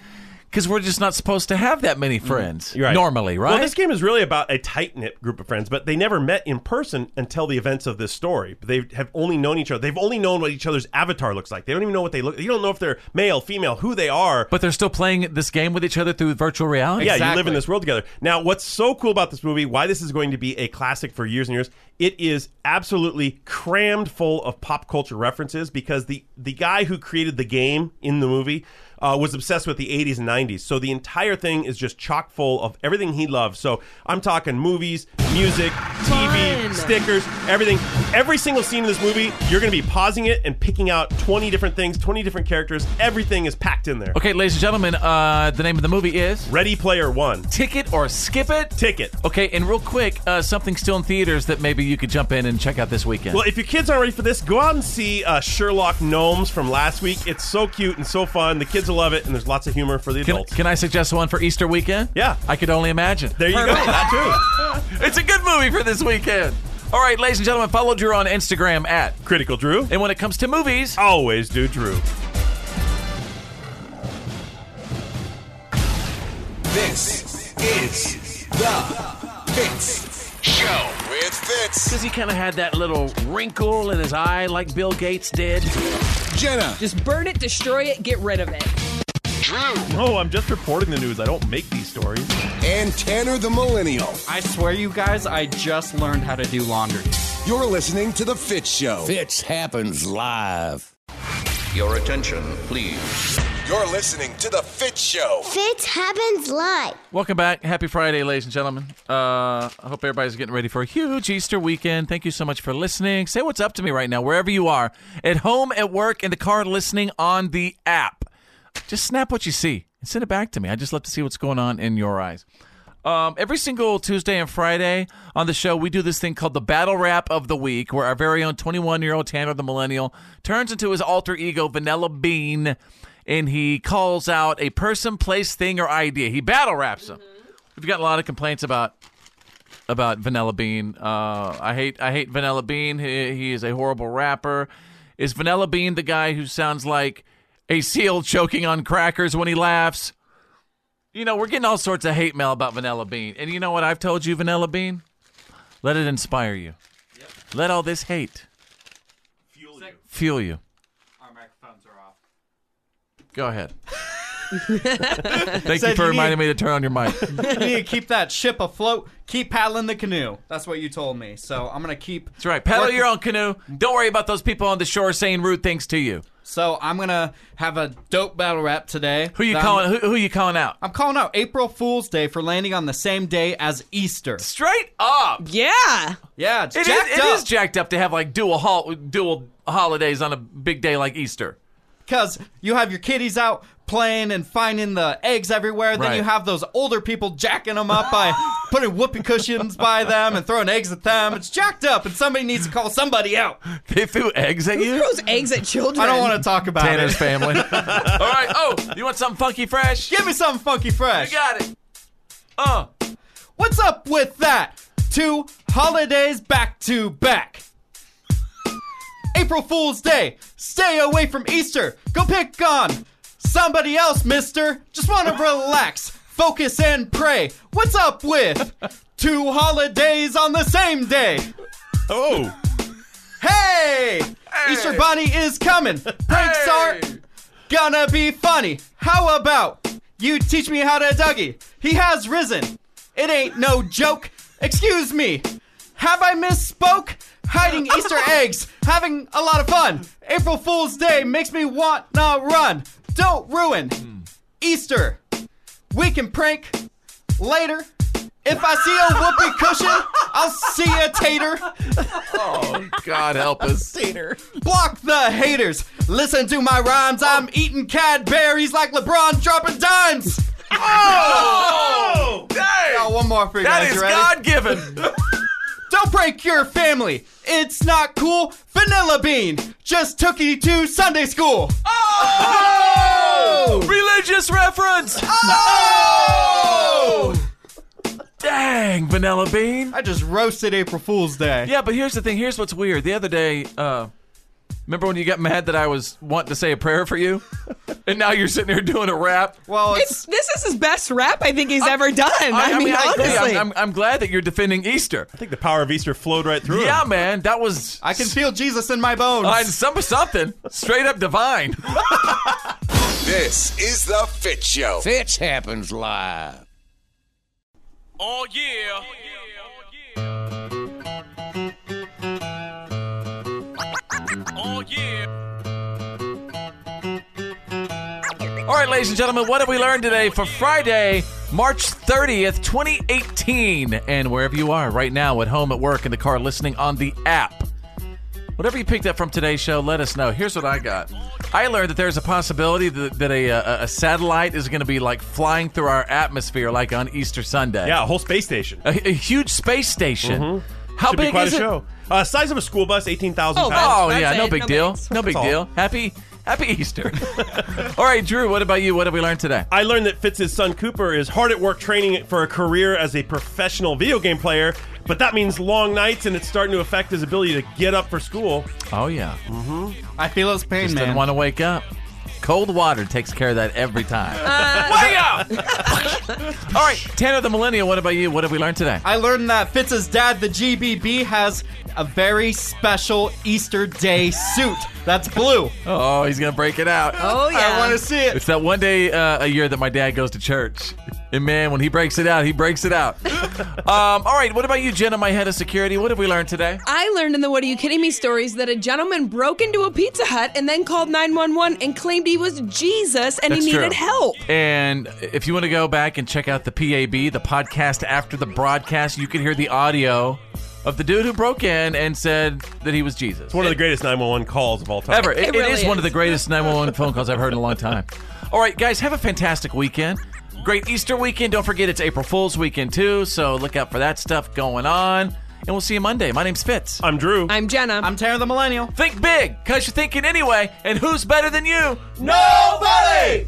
I: because we're just not supposed to have that many friends
J: Mm-hmm. You're right.
I: normally, right?
J: Well, this game is really about a tight knit group of friends, but they never met in person until the events of this story. They have only known each other. They've only known what each other's avatar looks like. They don't even know what they look. You don't know if they're male, female, who they are.
I: but they're still playing this game with each other through virtual reality.
J: Yeah, you live in this world together. Now, what's so cool about this movie, why this is going to be a classic for years and years, it is absolutely crammed full of pop culture references because the, the guy who created the game in the movie uh, was obsessed with the 80s and 90s. So the entire thing is just chock full of everything he loves. So I'm talking movies, music, TV, stickers, everything. Every single scene in this movie, you're going to be pausing it and picking out 20 different things, 20 different characters. Everything is packed in there.
I: Okay, ladies and gentlemen, uh, the name of the movie is
J: Ready Player One.
I: Ticket or Skip It?
J: Ticket.
I: Okay, and real quick, uh, something still in theaters that maybe you could jump in and check out this weekend.
J: Well, if your kids aren't ready for this, go out and see uh, Sherlock Gnomes from last week. It's so cute and so fun. The kids will love it, and there's lots of humor for the
I: can,
J: adults.
I: can I suggest one for Easter weekend?
J: Yeah.
I: I could only imagine.
J: There you go. That too.
I: It's a good movie for this weekend. All right, ladies and gentlemen, follow Drew on Instagram at
J: Critical Drew.
I: And when it comes to movies,
J: always do Drew.
A: This is the Fitz Show with Fitz.
I: Because he kind of had that little wrinkle in his eye like Bill Gates did.
A: Jenna.
V: Just burn it, destroy it, get rid of it.
J: Drew.
I: Oh,
J: No, I'm just reporting the news. I don't make these stories.
A: And Tanner the Millennial.
C: I swear, you guys, I just learned how to do laundry.
A: You're listening to The Fitz Show.
O: Fitz happens live.
P: Your attention, please.
A: You're listening to The Fitz Show.
D: Fitz happens live.
I: Welcome back. Happy Friday, ladies and gentlemen. Uh, I hope everybody's getting ready for a huge Easter weekend. Thank you so much for listening. Say what's up to me right now, wherever you are at home, at work, in the car, listening on the app. Just snap what you see and send it back to me. I just love to see what's going on in your eyes. Um, every single Tuesday and Friday on the show, we do this thing called the Battle Rap of the Week, where our very own 21 year old Tanner the Millennial turns into his alter ego, Vanilla Bean, and he calls out a person, place, thing, or idea. He battle raps them. We've got a lot of complaints about about Vanilla Bean. Uh, I hate I hate Vanilla Bean. He, he is a horrible rapper. Is Vanilla Bean the guy who sounds like a seal choking on crackers when he laughs? You know, we're getting all sorts of hate mail about Vanilla Bean. And you know what I've told you, Vanilla Bean? Let it inspire you. Let all this hate fuel you. Fuel you.
C: Our microphones are off.
I: Go ahead. Thank you for reminding me to turn on your mic.
C: you need to keep that ship afloat. Keep paddling the canoe. That's what you told me. So I'm gonna keep.
I: That's right. Paddle your own canoe. Don't worry about those people on the shore saying rude things to you.
C: So I'm gonna have a dope battle rap today.
I: Who you calling? Who, who you calling out?
C: I'm calling out April Fool's Day for landing on the same day as Easter.
I: Straight up.
V: Yeah.
C: Yeah. It's
I: It is,
C: jacked
I: it
C: up.
I: is jacked up to have like dual hol- dual holidays on a big day like Easter.
C: Because you have your kiddies out playing and finding the eggs everywhere. Then
I: Right.
C: you have those older people jacking them up by putting whoopee cushions by them and throwing eggs at them. It's jacked up, and somebody needs to call somebody out.
I: They threw eggs at you?
V: Throws eggs at children.
C: I don't want to talk about
I: Tanner's
C: it.
I: family. All right. Oh, you want something funky fresh?
C: Give me something funky fresh.
I: You got it. Uh.
C: What's up with that? Two holidays back to back. April Fool's Day. Stay away from Easter. Go pick on somebody else, mister. Just want to relax, focus, and pray. What's up with two holidays on the same day?
J: Oh.
C: Hey! Easter Bunny is coming. Pranks are gonna be funny. How about you teach me how to Dougie? He has risen. It ain't no joke. Excuse me. Have I misspoke? Hiding Easter eggs, having a lot of fun. April Fool's Day makes me want to run. Don't ruin Easter. We can prank later. If I see a whoopee cushion, I'll see a tater.
I: Oh, God help us.
C: Tater. Block the haters. Listen to my rhymes. I'm eating Cadbury's like LeBron dropping dimes.
I: Oh!
C: Got one more for you
I: That
C: guys.
I: is
C: You ready?
I: God-given.
C: Don't break your family. It's not cool. Vanilla Bean just took you to Sunday school. Oh!
I: Religious reference.
C: Oh!
I: Dang, Vanilla Bean.
C: I just roasted April Fool's Day.
I: Yeah, but here's the thing. Here's what's weird. The other day, uh, remember when you got mad that I was wanting to say a prayer for you, and now you're sitting here doing a rap.
C: Well,
V: It's, this is his best rap I think he's ever done. I, mean,
I: agree.
V: honestly.
I: I'm, I'm, I'm glad that you're defending Easter. I
J: think the power of Easter flowed right through
I: Yeah,
J: him.
I: man, that was
C: I can feel Jesus in my bones.
I: uh, some something straight up divine.
A: This is The Fitz Show.
O: Fitz happens live.
P: Oh, yeah. Oh, yeah.
I: All right, ladies and gentlemen, what have we learned today for Friday, March 30th, 2018? And wherever you are right now, at home, at work, in the car, listening on the app, whatever you picked up from today's show, let us know. Here's what I got I learned that there's a possibility that, that a, a, a satellite is going to be like flying through our atmosphere, like on Easter Sunday.
J: Yeah, a whole space station.
I: A, a huge space station.
J: Mhm.
I: How
J: Should
I: big
J: be quite
I: is
J: a
I: it?
J: show. Uh, size of a school bus, 18,000
I: Oh,
J: pounds.
I: oh yeah, no big deal. No big
J: That's all.
I: deal. Happy happy Easter. all right, Drew, what about you? What have we learned today?
J: I learned that Fitz's son Cooper is hard at work training for a career as a professional video game player, but that means long nights and it's starting to affect his ability to get up for school.
I: Oh yeah.
J: Mm-hmm.
C: I feel his pain,
I: Just didn't
C: man.
I: want to wake up. Cold water takes care of that every time.
V: Uh,
I: Wake up! All right, Tanner the Millennial, what about you? What have we learned today?
C: I learned that Fitz's dad, the GBB, has a very special Easter Day suit that's blue.
I: Oh, he's gonna break it out.
C: Oh, yeah. I wanna see it.
I: It's that one day uh, a year that my dad goes to church, and man, when he breaks it out, he breaks it out. um, all right, what about you, Jenna, my head of security? What have we learned today?
K: I learned in the What Are You Kidding Me stories that a gentleman broke into a Pizza Hut and then called 911 and claimed he was Jesus and
I: That's
K: he needed
I: true.
K: help.
I: And if you want to go back and check out the PAB, the podcast after the broadcast, you can hear the audio of the dude who broke in and said that he was Jesus.
J: It's one of the greatest 911 calls of all time.
I: Ever. It- it is one of the greatest 911 phone calls I've heard in a long time. All right, guys, have a fantastic weekend. Great Easter weekend. Don't forget it's April Fool's weekend, too. So look out for that stuff going on. And we'll see you Monday. My name's Fitz.
J: I'm Drew.
K: I'm Jenna.
C: I'm Tanner the Millennial.
I: Think big, because you're thinking anyway. And who's better than you?
C: Nobody!